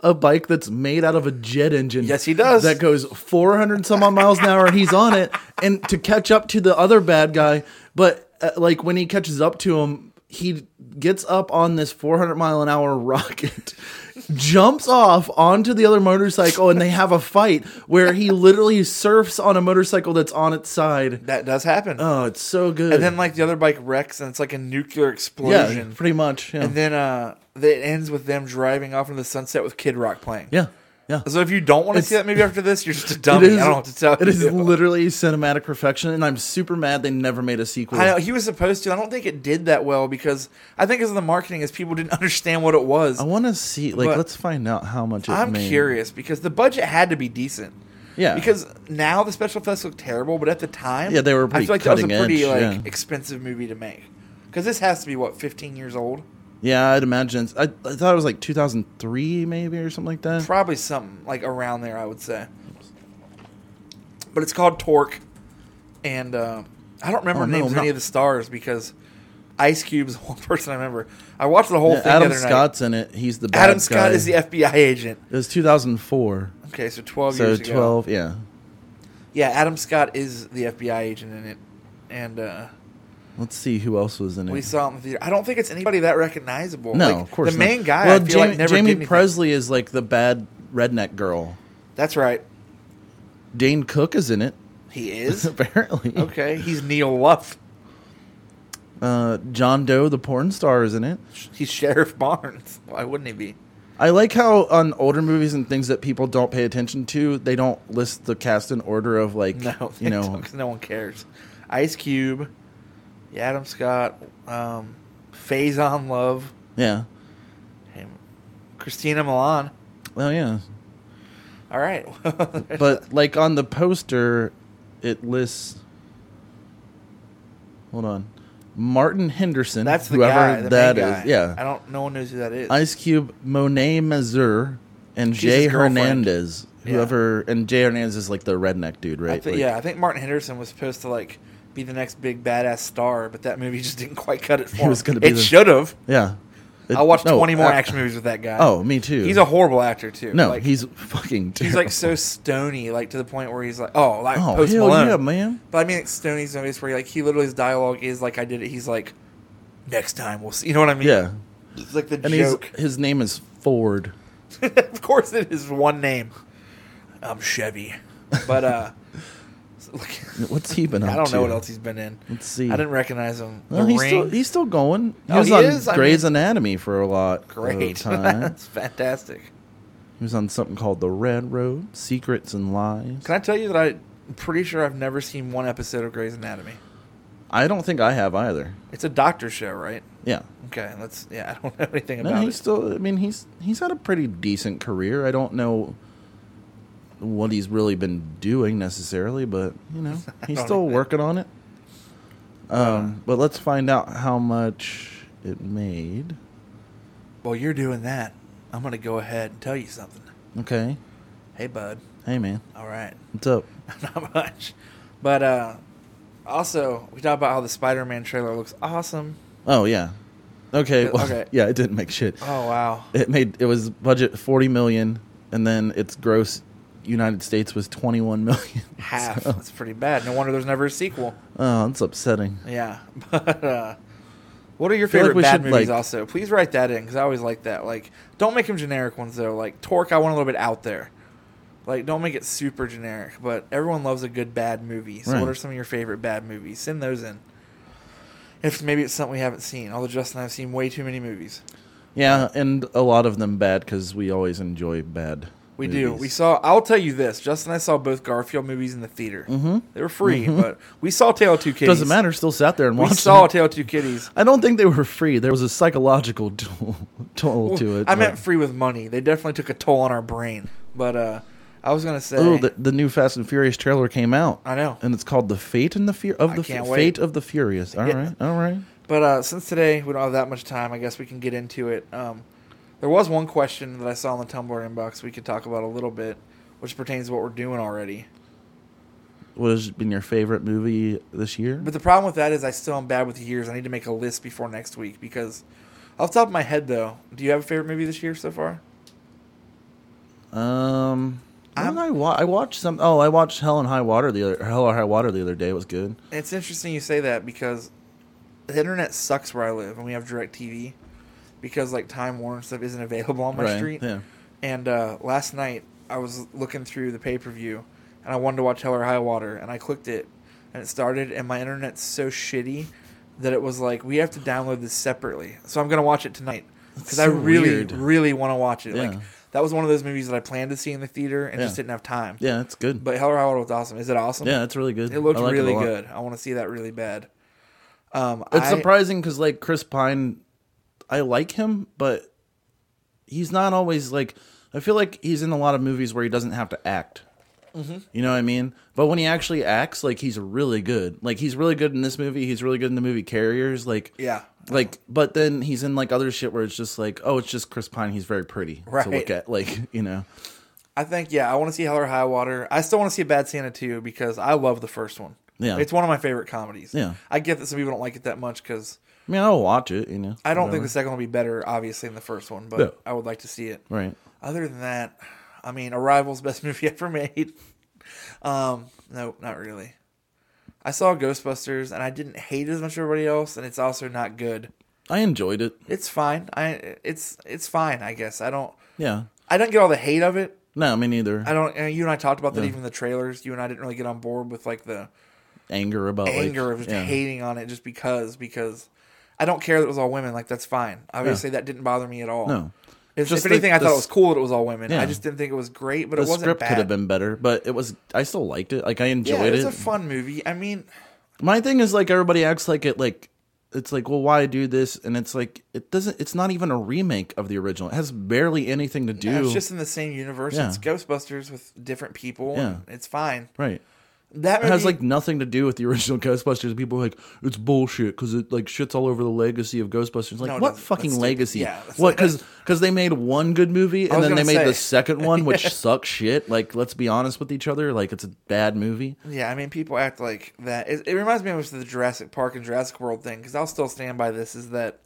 Speaker 3: A bike that's made out of a jet engine.
Speaker 2: Yes, he does.
Speaker 3: That goes 400 some odd miles an hour, and he's on it. And to catch up to the other bad guy, but uh, like when he catches up to him, he gets up on this 400 mile an hour rocket, jumps off onto the other motorcycle, and they have a fight where he literally surfs on a motorcycle that's on its side.
Speaker 2: that does happen
Speaker 3: Oh, it's so good.
Speaker 2: and then like the other bike wrecks and it's like a nuclear explosion
Speaker 3: Yeah, pretty much. Yeah.
Speaker 2: and then uh it ends with them driving off into the sunset with kid rock playing
Speaker 3: yeah. Yeah.
Speaker 2: so if you don't want to
Speaker 3: It's-
Speaker 2: see that movie after this you're just a dummy i don't have to tell
Speaker 3: it
Speaker 2: you
Speaker 3: is literally cinematic perfection, and I'm super mad they never made a sequel.
Speaker 2: I know he was supposed to. I don't think it did that well because I think as the marketing is people didn't understand what it was.
Speaker 3: I want to see, like,
Speaker 2: But-
Speaker 3: let's find out how much it
Speaker 2: I'm
Speaker 3: made.
Speaker 2: curious because the budget had to be decent.
Speaker 3: Yeah.
Speaker 2: Because now the special effects look terrible, but at the time,
Speaker 3: Yeah, they were pretty
Speaker 2: I feel like that was a
Speaker 3: cutting
Speaker 2: pretty
Speaker 3: edge,
Speaker 2: like
Speaker 3: yeah.
Speaker 2: expensive movie to make. Because this has to be what 15 years old,
Speaker 3: Yeah, I'd imagine. it's- I, I thought it was like 2003, maybe, or something like that.
Speaker 2: probably something like around there, I would say. But it's called Torque, and uh, I don't remember
Speaker 3: Oh, no,
Speaker 2: names of
Speaker 3: not-
Speaker 2: any of the stars because Ice Cube's the one person I remember. I watched the whole
Speaker 3: Yeah,
Speaker 2: thing.
Speaker 3: Adam
Speaker 2: the other
Speaker 3: Scott's in it. He's the
Speaker 2: night.
Speaker 3: bad
Speaker 2: Adam Scott
Speaker 3: guy.
Speaker 2: is the FBI agent.
Speaker 3: It was 2004.
Speaker 2: Okay, so 12
Speaker 3: So
Speaker 2: years ago.
Speaker 3: 12, yeah.
Speaker 2: Yeah, Adam Scott is the FBI agent in it, and uh,
Speaker 3: Let's see who else was in it.
Speaker 2: we saw him in the theater. I don't think it's anybody that recognizable.
Speaker 3: no,
Speaker 2: Like,
Speaker 3: of course
Speaker 2: the
Speaker 3: not.
Speaker 2: main guy.
Speaker 3: Well,
Speaker 2: I feel
Speaker 3: Jamie,
Speaker 2: like never did
Speaker 3: Jamie
Speaker 2: anything.
Speaker 3: Presley is like the bad redneck girl.
Speaker 2: That's right.
Speaker 3: Dane Cook is in it,
Speaker 2: He is
Speaker 3: apparently.
Speaker 2: okay. He's Neil Luff.
Speaker 3: Uh, John Doe, the porn star, is in it.
Speaker 2: He's Sheriff Barnes. Why wouldn't he be?
Speaker 3: I like how on older movies and things that people don't pay attention to, they don't list the cast in order of like,
Speaker 2: No,
Speaker 3: you know,
Speaker 2: because no one cares. Ice Cube, yeah, Adam Scott, um, Phase on Love,
Speaker 3: yeah,
Speaker 2: him, Christina Milan.
Speaker 3: oh yeah.
Speaker 2: All right,
Speaker 3: But like on the poster, it lists. Hold on, Martin Henderson.
Speaker 2: that's the
Speaker 3: whoever
Speaker 2: guy. The
Speaker 3: that
Speaker 2: main
Speaker 3: is.
Speaker 2: guy. I
Speaker 3: Yeah,
Speaker 2: don't. No one knows who that is.
Speaker 3: Ice Cube, Monet Mazur, and
Speaker 2: She's
Speaker 3: Jay
Speaker 2: his girlfriend.
Speaker 3: Hernandez.
Speaker 2: Yeah.
Speaker 3: Whoever and Jay Hernandez is like the redneck dude,
Speaker 2: I
Speaker 3: right?
Speaker 2: thi-
Speaker 3: Like-
Speaker 2: yeah, I think Martin Henderson was supposed to like be the next big badass star, but that movie just didn't quite cut it for him.
Speaker 3: was gonna be
Speaker 2: it
Speaker 3: the-
Speaker 2: should have.
Speaker 3: yeah. It-
Speaker 2: I watched
Speaker 3: no,
Speaker 2: twenty more
Speaker 3: I-
Speaker 2: action movies with that guy.
Speaker 3: Oh, me too.
Speaker 2: he's a horrible actor too.
Speaker 3: no.
Speaker 2: Like,
Speaker 3: he's fucking.
Speaker 2: he's like
Speaker 3: terrible.
Speaker 2: so stony, like to the point where he's like, oh, like
Speaker 3: Oh,
Speaker 2: Post
Speaker 3: hell
Speaker 2: Malone.
Speaker 3: yeah, man.
Speaker 2: But I mean, like, Stoney's movies where like he literally his dialogue is like, I did it. He's like, next time we'll see. You know what I mean?
Speaker 3: yeah.
Speaker 2: it's like the
Speaker 3: And he's,
Speaker 2: joke.
Speaker 3: his name is Ford.
Speaker 2: of course, it is one name. I'm Chevy, but uh, look.
Speaker 3: What's he been up
Speaker 2: I don't
Speaker 3: to?
Speaker 2: know what else he's been in.
Speaker 3: Let's see.
Speaker 2: I didn't recognize him. The
Speaker 3: Well, he's
Speaker 2: Ring.
Speaker 3: still he's still going. He
Speaker 2: Oh,
Speaker 3: was
Speaker 2: he
Speaker 3: on
Speaker 2: is? I
Speaker 3: Grey's
Speaker 2: mean-
Speaker 3: Anatomy for a lot.
Speaker 2: great.
Speaker 3: Of time.
Speaker 2: That's fantastic.
Speaker 3: he was on something called The Red Road: Secrets and Lies.
Speaker 2: Can I tell you that I'm pretty sure I've never seen one episode of Grey's Anatomy.
Speaker 3: I don't think I have either.
Speaker 2: It's a doctor show, right?
Speaker 3: Yeah.
Speaker 2: Okay, let's. Yeah, I don't know anything
Speaker 3: No,
Speaker 2: about
Speaker 3: he's
Speaker 2: it.
Speaker 3: still. I mean, he's he's had a pretty decent career. I don't know what he's really been doing necessarily, but you know, he's
Speaker 2: don't
Speaker 3: still
Speaker 2: either. Uh,
Speaker 3: working on it. Um, but let's find out how much it made.
Speaker 2: Well, you're doing that. I'm gonna go ahead and tell you something.
Speaker 3: Okay.
Speaker 2: Hey, bud.
Speaker 3: Hey, man.
Speaker 2: All right.
Speaker 3: What's up?
Speaker 2: Not much, but uh, also we talked about how the Spider-Man trailer looks awesome.
Speaker 3: Oh yeah. Okay.
Speaker 2: Yeah,
Speaker 3: Well,
Speaker 2: okay.
Speaker 3: Yeah, it didn't make shit.
Speaker 2: Oh wow.
Speaker 3: It made it was budget forty million, and then its gross United States was twenty one million.
Speaker 2: Half.
Speaker 3: So,
Speaker 2: That's pretty bad. No wonder there's never a sequel.
Speaker 3: oh, that's upsetting.
Speaker 2: Yeah, but uh, what are your
Speaker 3: feel like
Speaker 2: favorite
Speaker 3: we
Speaker 2: bad
Speaker 3: should,
Speaker 2: movies?
Speaker 3: like-
Speaker 2: also, please write that in because I always like that. Like, don't make them generic ones though. Like Torque, I want a little bit out there. Like, don't make it super generic. But everyone loves a good bad movie. So,
Speaker 3: Right.
Speaker 2: what are some of your favorite bad movies? Send those in. If maybe it's something we haven't seen, although Justin and I've seen way too many movies.
Speaker 3: Yeah, and a lot of them bad because we always enjoy bad.
Speaker 2: We do.
Speaker 3: movies.
Speaker 2: We saw. I'll tell you this: Justin and I saw both Garfield movies in the theater. Mm-hmm. They were free, but we saw Tale of Two Kitties.
Speaker 3: Doesn't matter. Still sat there and
Speaker 2: We
Speaker 3: watched.
Speaker 2: saw
Speaker 3: them.
Speaker 2: Tale of Two Kitties.
Speaker 3: I don't think they were free. There was a psychological toll, toll to it.
Speaker 2: I
Speaker 3: but-
Speaker 2: meant free with money. They definitely took a toll on our brain. But uh, I was gonna say.
Speaker 3: Oh, the, the new Fast and Furious trailer came out.
Speaker 2: I know.
Speaker 3: and it's called the Fate and the Fear of the Fu-
Speaker 2: can't wait.
Speaker 3: Fate of the Furious. All right, all right.
Speaker 2: But uh, since today we don't have that much time, I guess we can get into it. Um, there was one question that I saw in the Tumblr inbox we could talk about a little bit, which pertains to what we're doing already.
Speaker 3: What has been your favorite movie this year?
Speaker 2: But the problem with that is I still am bad with years. I need to make a list before next week because, off the top of my head, though, do you have a favorite movie this year so far?
Speaker 3: um, I don't know, I, wa- I watched some. Oh, I watched Hell and High Water the other Hell or High Water the other day. It was good.
Speaker 2: It's interesting you say that because the internet sucks where I live and we have direct TV because like Time Warner and stuff isn't available on my
Speaker 3: Right,
Speaker 2: street.
Speaker 3: yeah.
Speaker 2: And uh, last night I was looking through the pay per view and I wanted to watch Hell or High Water and I clicked it and it started and my internet's so shitty that it was like we have to download this separately. So I'm gonna watch it tonight because I
Speaker 3: so
Speaker 2: really,
Speaker 3: weird.
Speaker 2: really want to watch it. Like
Speaker 3: Yeah.
Speaker 2: that was one of those movies that I planned to see in the theater and
Speaker 3: Yeah.
Speaker 2: just didn't have time.
Speaker 3: Yeah, it's good.
Speaker 2: But Hell or High Water was awesome. Is it awesome?
Speaker 3: yeah, it's really good.
Speaker 2: It looked
Speaker 3: I like a
Speaker 2: really
Speaker 3: lot.
Speaker 2: good. I want to see that really bad. Um,
Speaker 3: It's
Speaker 2: I,
Speaker 3: surprising because like Chris Pine, I like him, but he's not always like. I feel like he's in a lot of movies where he doesn't have to act.
Speaker 2: Mm-hmm.
Speaker 3: You know what I mean? But when he actually acts, like he's really good. Like he's really good in this movie. He's really good in the movie Carriers. Like
Speaker 2: Yeah.
Speaker 3: Like, but then he's in like other shit where it's just like, oh, it's just Chris Pine. He's very pretty
Speaker 2: Right.
Speaker 3: to look at. Like you know,
Speaker 2: I think yeah, I want to see Hell or High Water. I still want to see Bad Santa too because I love the first one.
Speaker 3: Yeah.
Speaker 2: it's one of my favorite comedies.
Speaker 3: Yeah.
Speaker 2: I get that some people don't like it that much because
Speaker 3: I mean, I'll watch it. You know,
Speaker 2: I don't think the second one will be better, obviously, than the first one. But
Speaker 3: No.
Speaker 2: I would like to see it.
Speaker 3: right.
Speaker 2: Other than that, I mean, Arrival's best movie ever made. Um, no, not really. I saw Ghostbusters and I didn't hate it as much as everybody else, and it's also not good.
Speaker 3: I enjoyed it.
Speaker 2: It's fine. I it's it's fine. I guess I don't.
Speaker 3: Yeah.
Speaker 2: I don't get all the hate of it.
Speaker 3: No, me neither.
Speaker 2: I don't. And you and I talked about that even in the trailers. You and I didn't really get on board with like the
Speaker 3: anger about like,
Speaker 2: anger of just
Speaker 3: yeah.
Speaker 2: hating on it just because because I don't care that it was all women. Like that's fine. Obviously, that didn't bother me at all.
Speaker 3: No.
Speaker 2: If,
Speaker 3: Just
Speaker 2: if
Speaker 3: the-
Speaker 2: anything, I
Speaker 3: the
Speaker 2: thought it
Speaker 3: s-
Speaker 2: was cool that it was all women. I
Speaker 3: Yeah.
Speaker 2: just didn't think it was great, but it
Speaker 3: the
Speaker 2: wasn't
Speaker 3: script
Speaker 2: bad.
Speaker 3: could have been better, but it was. I still liked it. Like I
Speaker 2: Yeah,
Speaker 3: enjoyed
Speaker 2: it was
Speaker 3: it.
Speaker 2: a fun movie. I mean,
Speaker 3: My thing is like everybody acts like it. Like it's like, well, why do this? And it's like it doesn't. It's not even a remake of the original. It has barely anything to do.
Speaker 2: it's just in the same universe.
Speaker 3: Yeah.
Speaker 2: It's Ghostbusters with different people.
Speaker 3: Yeah.
Speaker 2: and it's fine.
Speaker 3: right.
Speaker 2: That
Speaker 3: It
Speaker 2: movie,
Speaker 3: has like nothing to do with the original Ghostbusters. People are like it's bullshit because it like shits all over the legacy of Ghostbusters. Like
Speaker 2: No, it
Speaker 3: what
Speaker 2: doesn't. That's
Speaker 3: fucking
Speaker 2: stupid.
Speaker 3: legacy?
Speaker 2: Yeah, that's-
Speaker 3: what because because they made one good movie and
Speaker 2: was
Speaker 3: then they
Speaker 2: gonna
Speaker 3: made the
Speaker 2: say.
Speaker 3: second one, which sucks shit. Like let's be honest with each other. Like it's a bad movie.
Speaker 2: Yeah, I mean, people act like that. It, it reminds me of the Jurassic Park and Jurassic World thing because I'll still stand by this. Is that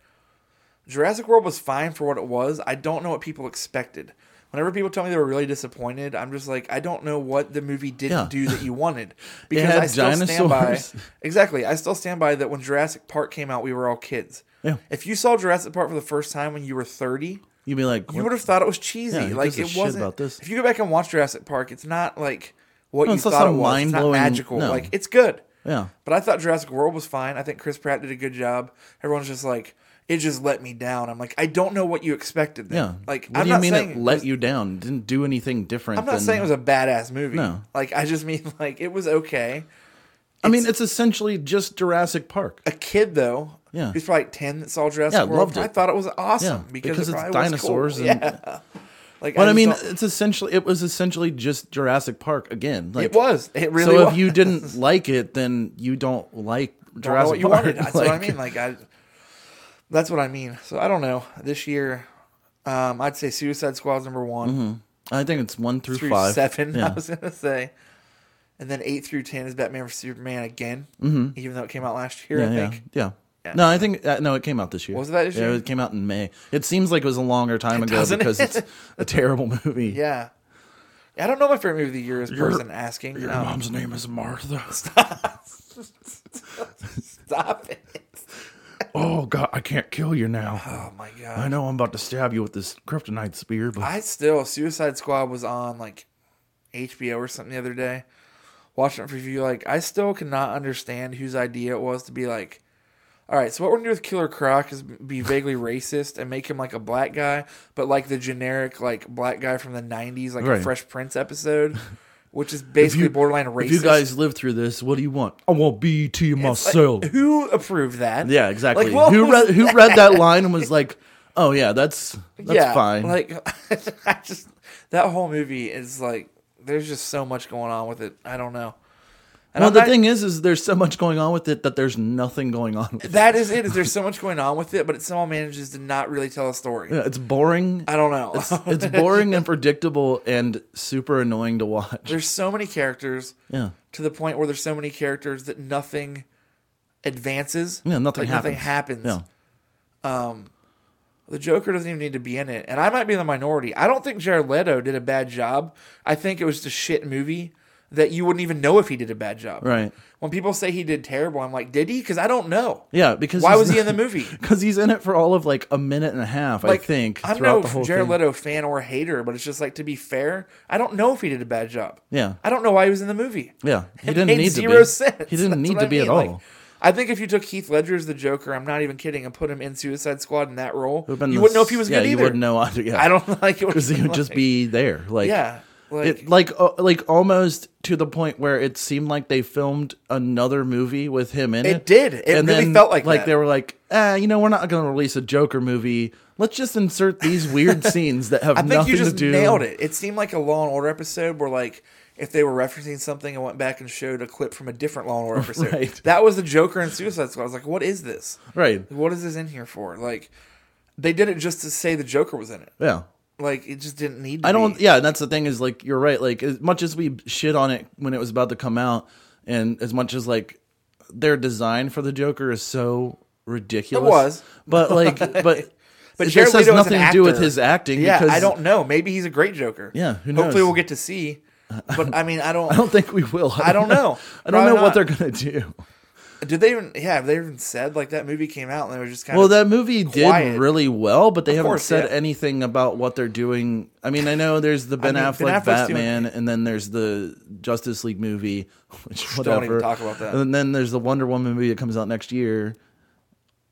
Speaker 2: Jurassic World was fine for what it was. I don't know what people expected. Whenever people tell me they were really disappointed, I'm just like, I don't know what the movie didn't
Speaker 3: Yeah.
Speaker 2: do that you wanted. Because
Speaker 3: had
Speaker 2: I still stand by
Speaker 3: dinosaurs.
Speaker 2: exactly. I still stand by that when Jurassic Park came out, we were all kids.
Speaker 3: Yeah.
Speaker 2: If you saw Jurassic Park for the first time when you were 30,
Speaker 3: You'd be like,
Speaker 2: you
Speaker 3: what
Speaker 2: would have thought it was cheesy.
Speaker 3: Yeah, who
Speaker 2: like
Speaker 3: gives a
Speaker 2: it
Speaker 3: shit
Speaker 2: wasn't.
Speaker 3: about this?
Speaker 2: If you go back and watch Jurassic Park, it's not like what you
Speaker 3: it's not
Speaker 2: thought it
Speaker 3: some
Speaker 2: was. It's not
Speaker 3: mind-blowing-
Speaker 2: magical.
Speaker 3: no.
Speaker 2: Like it's good.
Speaker 3: Yeah.
Speaker 2: But I thought Jurassic World was fine. I think Chris Pratt did a good job. Everyone's just like, it just let me down. I'm like, I don't know what you expected. Then.
Speaker 3: Yeah.
Speaker 2: Like,
Speaker 3: what
Speaker 2: I'm
Speaker 3: do you
Speaker 2: not
Speaker 3: mean
Speaker 2: saying
Speaker 3: it let you down? It Didn't do anything different.
Speaker 2: I'm not
Speaker 3: than,
Speaker 2: saying it was a badass movie.
Speaker 3: No.
Speaker 2: Like, I just mean like it was okay.
Speaker 3: I mean, it's essentially just Jurassic Park.
Speaker 2: A kid though,
Speaker 3: Yeah.
Speaker 2: who's probably ten that saw Jurassic
Speaker 3: Yeah,
Speaker 2: World.
Speaker 3: loved it.
Speaker 2: I thought it was awesome
Speaker 3: Yeah,
Speaker 2: because,
Speaker 3: because
Speaker 2: it
Speaker 3: it's
Speaker 2: probably was
Speaker 3: dinosaurs
Speaker 2: Cool.
Speaker 3: and-
Speaker 2: yeah. Like,
Speaker 3: But I,
Speaker 2: just
Speaker 3: mean,
Speaker 2: don't-
Speaker 3: it's essentially it was essentially just Jurassic Park again. Like
Speaker 2: it was. It really.
Speaker 3: so
Speaker 2: was.
Speaker 3: if you didn't like it, then you don't like
Speaker 2: don't know
Speaker 3: Jurassic
Speaker 2: what you
Speaker 3: Park.
Speaker 2: wanted. That's what I mean. Like I, that's what I mean. So I don't know. This year, um, I'd say Suicide Squad's number one
Speaker 3: I think it's one through,
Speaker 2: through
Speaker 3: Mm-hmm. five,
Speaker 2: seven. I
Speaker 3: Yeah.
Speaker 2: was gonna say, and then eight through ten is Batman vs Superman again, mm-hmm. even though it came out last year.
Speaker 3: yeah,
Speaker 2: I
Speaker 3: yeah,
Speaker 2: think
Speaker 3: yeah.
Speaker 2: Yeah.
Speaker 3: No, I think uh, no. It came out this year.
Speaker 2: Was it that this
Speaker 3: Yeah,
Speaker 2: year?
Speaker 3: it came out in May. It seems like it was a longer time ago
Speaker 2: Doesn't
Speaker 3: because
Speaker 2: it?
Speaker 3: it's a terrible movie.
Speaker 2: yeah. I don't know what my favorite movie of the year is.
Speaker 3: Your-
Speaker 2: Person asking,
Speaker 3: Your
Speaker 2: Um,
Speaker 3: mom's name is Martha.
Speaker 2: stop it.
Speaker 3: Oh God, I can't kill you now.
Speaker 2: Oh my god.
Speaker 3: I know I'm about to stab you with this kryptonite spear, but
Speaker 2: I still Suicide Squad was on like HBO or something the other day. Watching it for review, like I still cannot understand whose idea it was to be like, all right, so what we're gonna do with Killer Croc is be vaguely racist and make him like a black guy, but like the generic like black guy from the '90s, like a
Speaker 3: Right.
Speaker 2: Fresh Prince episode, which is basically borderline racist.
Speaker 3: If you guys live through this, what do you want? I want BET
Speaker 2: Like,
Speaker 3: myself.
Speaker 2: who approved that?
Speaker 3: yeah, exactly.
Speaker 2: Like, what
Speaker 3: who
Speaker 2: was
Speaker 3: read who read that line and was like, "Oh yeah, that's that's fine."
Speaker 2: Like I just that whole movie is like there's just so much going on with it. I don't know. And
Speaker 3: Well,
Speaker 2: I'm
Speaker 3: the
Speaker 2: not-
Speaker 3: thing is, is there's so much going on with it that there's nothing going on. With it.
Speaker 2: that is it. Is there's so much going on with it, but it somehow manages to not really tell a story.
Speaker 3: Yeah, It's boring.
Speaker 2: I don't know.
Speaker 3: It's boring and predictable and super annoying to watch.
Speaker 2: there's so many characters
Speaker 3: Yeah.
Speaker 2: to the point where there's so many characters that nothing advances.
Speaker 3: Yeah, nothing
Speaker 2: Like,
Speaker 3: happens.
Speaker 2: Nothing happens.
Speaker 3: Yeah.
Speaker 2: The Joker doesn't even need to be in it, and I might be in the minority. I don't think Jared Leto did a bad job. I think it was just a shit movie that you wouldn't even know if he did a bad job.
Speaker 3: Right.
Speaker 2: When people say he did terrible, I'm like, did he? Because I don't know.
Speaker 3: Yeah, because
Speaker 2: Why was he in the movie?
Speaker 3: Because he's in it for all of like a minute and a half,
Speaker 2: Like,
Speaker 3: I think.
Speaker 2: I'm
Speaker 3: throughout
Speaker 2: no
Speaker 3: the whole
Speaker 2: Jared
Speaker 3: thing.
Speaker 2: Leto fan or hater, but it's just like to be fair, I don't know if he did a bad job.
Speaker 3: Yeah.
Speaker 2: I don't know why he was in the movie.
Speaker 3: Yeah, he
Speaker 2: It
Speaker 3: didn't
Speaker 2: made
Speaker 3: need to
Speaker 2: zero
Speaker 3: be.
Speaker 2: sense.
Speaker 3: He didn't
Speaker 2: That's
Speaker 3: need
Speaker 2: what
Speaker 3: to
Speaker 2: I
Speaker 3: be at
Speaker 2: mean. Like,
Speaker 3: all.
Speaker 2: I think if you took Heath Ledger as the Joker, I'm not even kidding, and put him in Suicide Squad in that role, you
Speaker 3: Would've been the
Speaker 2: wouldn't know
Speaker 3: s-
Speaker 2: if he was
Speaker 3: yeah,
Speaker 2: good either.
Speaker 3: You wouldn't know either. Yeah,
Speaker 2: I don't like it would
Speaker 3: because he
Speaker 2: be
Speaker 3: would just
Speaker 2: like-
Speaker 3: be there. Like
Speaker 2: Yeah, like,
Speaker 3: it, like uh, like almost to the point where it seemed like they filmed another movie with him in it.
Speaker 2: It did. It really felt like
Speaker 3: like
Speaker 2: that.
Speaker 3: they were like, ah, you know, we're not going to release a Joker movie. Let's just insert these weird scenes that have
Speaker 2: I think
Speaker 3: nothing
Speaker 2: you just
Speaker 3: to do.
Speaker 2: nailed it. It seemed like a Law and Order episode where like if they were referencing something and went back and showed a clip from a different Law and Order episode.
Speaker 3: Right.
Speaker 2: That was the Joker and Suicide Squad. I was like, what is this?
Speaker 3: Right.
Speaker 2: What is this in here for? Like they did it just to say the Joker was in it.
Speaker 3: Yeah.
Speaker 2: Like it just didn't need. to
Speaker 3: I don't.
Speaker 2: be.
Speaker 3: Yeah, and that's the thing is like you're right. Like as much as we shit on it when it was about to come out, and as much as like their design for the Joker is so ridiculous,
Speaker 2: It was.
Speaker 3: But like, but
Speaker 2: But
Speaker 3: this
Speaker 2: Jared
Speaker 3: has
Speaker 2: Leto is an
Speaker 3: nothing to do with
Speaker 2: actor.
Speaker 3: his acting.
Speaker 2: Yeah,
Speaker 3: because
Speaker 2: I don't know. Maybe he's a great Joker.
Speaker 3: Yeah, who
Speaker 2: Hopefully
Speaker 3: knows?
Speaker 2: we'll get to see. But I mean, I don't.
Speaker 3: I don't think we will.
Speaker 2: I don't know.
Speaker 3: I don't know
Speaker 2: Probably
Speaker 3: what they're
Speaker 2: not.
Speaker 3: gonna do.
Speaker 2: Did they even? Yeah, have they even said like that movie came out and they were just kind
Speaker 3: Well,
Speaker 2: of.
Speaker 3: that movie
Speaker 2: quiet.
Speaker 3: did really well, but they haven't
Speaker 2: course,
Speaker 3: said
Speaker 2: yeah.
Speaker 3: anything about what they're doing. I mean, I know there's the Ben
Speaker 2: mean, Ben
Speaker 3: Affleck
Speaker 2: Affleck's
Speaker 3: Batman, and then there's the Justice League movie, which
Speaker 2: don't
Speaker 3: whatever.
Speaker 2: even talk about that.
Speaker 3: And then there's the Wonder Woman movie that comes out next year,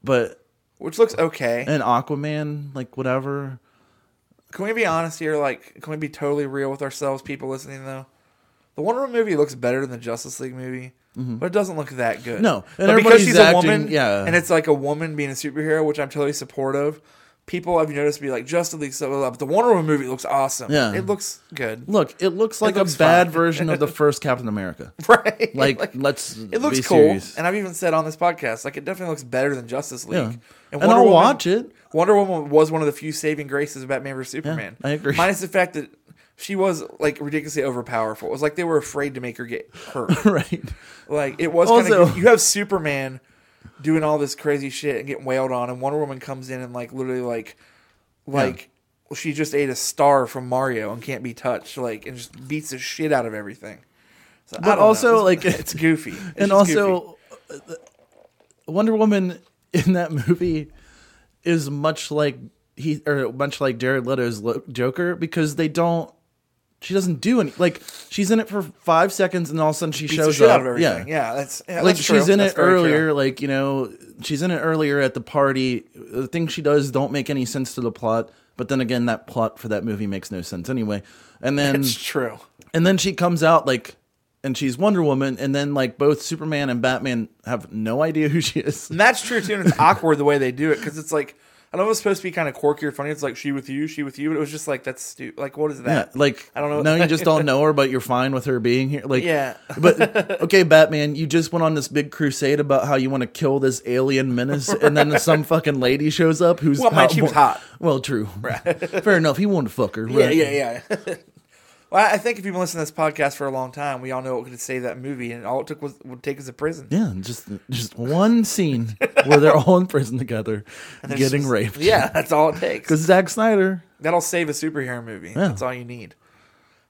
Speaker 3: but
Speaker 2: which looks okay.
Speaker 3: and Aquaman, like whatever.
Speaker 2: Can we be honest here? Like, can we be totally real with ourselves, people listening? Though, the Wonder Woman movie looks better than the Justice League movie, but it doesn't look that good.
Speaker 3: Mm-hmm. No. And
Speaker 2: but because
Speaker 3: everybody's
Speaker 2: she's
Speaker 3: acting-
Speaker 2: a woman,
Speaker 3: yeah.
Speaker 2: and it's like a woman being a superhero, which I'm totally supportive. People I've noticed be like Justice League, so but the Wonder Woman movie looks awesome.
Speaker 3: Yeah.
Speaker 2: it looks good,
Speaker 3: Look, it looks like
Speaker 2: looks
Speaker 3: a bad
Speaker 2: fine.
Speaker 3: version of the first Captain America.
Speaker 2: right?
Speaker 3: Like, let's
Speaker 2: it looks
Speaker 3: be
Speaker 2: cool,
Speaker 3: serious.
Speaker 2: and I've even said on this podcast, like it definitely looks better than Justice League.
Speaker 3: Yeah. And
Speaker 2: Wonder
Speaker 3: I'll
Speaker 2: Woman-
Speaker 3: watch it.
Speaker 2: Wonder Woman was one of the few saving graces of Batman vs Superman.
Speaker 3: I agree.
Speaker 2: Minus the fact that she was like ridiculously overpowerful. It was like they were afraid to make her get hurt.
Speaker 3: right.
Speaker 2: like it was
Speaker 3: Also-
Speaker 2: kind of you have Superman doing all this crazy shit and getting wailed on, and Wonder Woman comes in and like literally like like. She just ate a star from Mario and can't be touched, like, and just beats the shit out of everything. So, I
Speaker 3: But
Speaker 2: don't know.
Speaker 3: also,
Speaker 2: It's-
Speaker 3: like,
Speaker 2: it's goofy, It's
Speaker 3: and
Speaker 2: just goofy.
Speaker 3: also uh, the- Wonder Woman in that movie is much like he or much like Jared Leto's lo- Joker because they don't she doesn't do any like she's in it for 5 seconds and all of a sudden she
Speaker 2: beats the
Speaker 3: shows
Speaker 2: shit
Speaker 3: up
Speaker 2: out of everything. Yeah, that's yeah,
Speaker 3: like
Speaker 2: that's
Speaker 3: she's
Speaker 2: true.
Speaker 3: in
Speaker 2: That's
Speaker 3: it
Speaker 2: very true.
Speaker 3: earlier like you know she's in it earlier at the party the things she does don't make any sense to the plot but then again that plot for that movie makes no sense anyway and then
Speaker 2: It's true.
Speaker 3: and then she comes out like, and she's Wonder Woman, and then like both Superman and Batman have no idea who she is.
Speaker 2: And that's true too, and it's awkward the way they do it because it's like I know it's supposed to be kind of quirky or funny. It's like she with you, she with you, but it was just like that's stupid. Like what is
Speaker 3: Yeah,
Speaker 2: that?
Speaker 3: like
Speaker 2: I don't know.
Speaker 3: No, you just don't know her, but you're fine with her being here. Like,
Speaker 2: Yeah.
Speaker 3: but okay, Batman, you just went on this big crusade about how you want to kill this alien menace, and then some fucking lady shows up who's
Speaker 2: Well, man, she was hot.
Speaker 3: Well, true. Fair enough. He wanted to fuck her.
Speaker 2: yeah,
Speaker 3: right.
Speaker 2: yeah, yeah. well, I think if you've been listening to this podcast for a long time, we all know what could save that movie, and all it took was would take us to prison.
Speaker 3: Yeah, just just one scene where they're all in prison together,
Speaker 2: There's
Speaker 3: getting
Speaker 2: just-
Speaker 3: raped.
Speaker 2: Yeah, that's all it takes.
Speaker 3: because Zack Snyder.
Speaker 2: That'll save a superhero movie. That's all you need.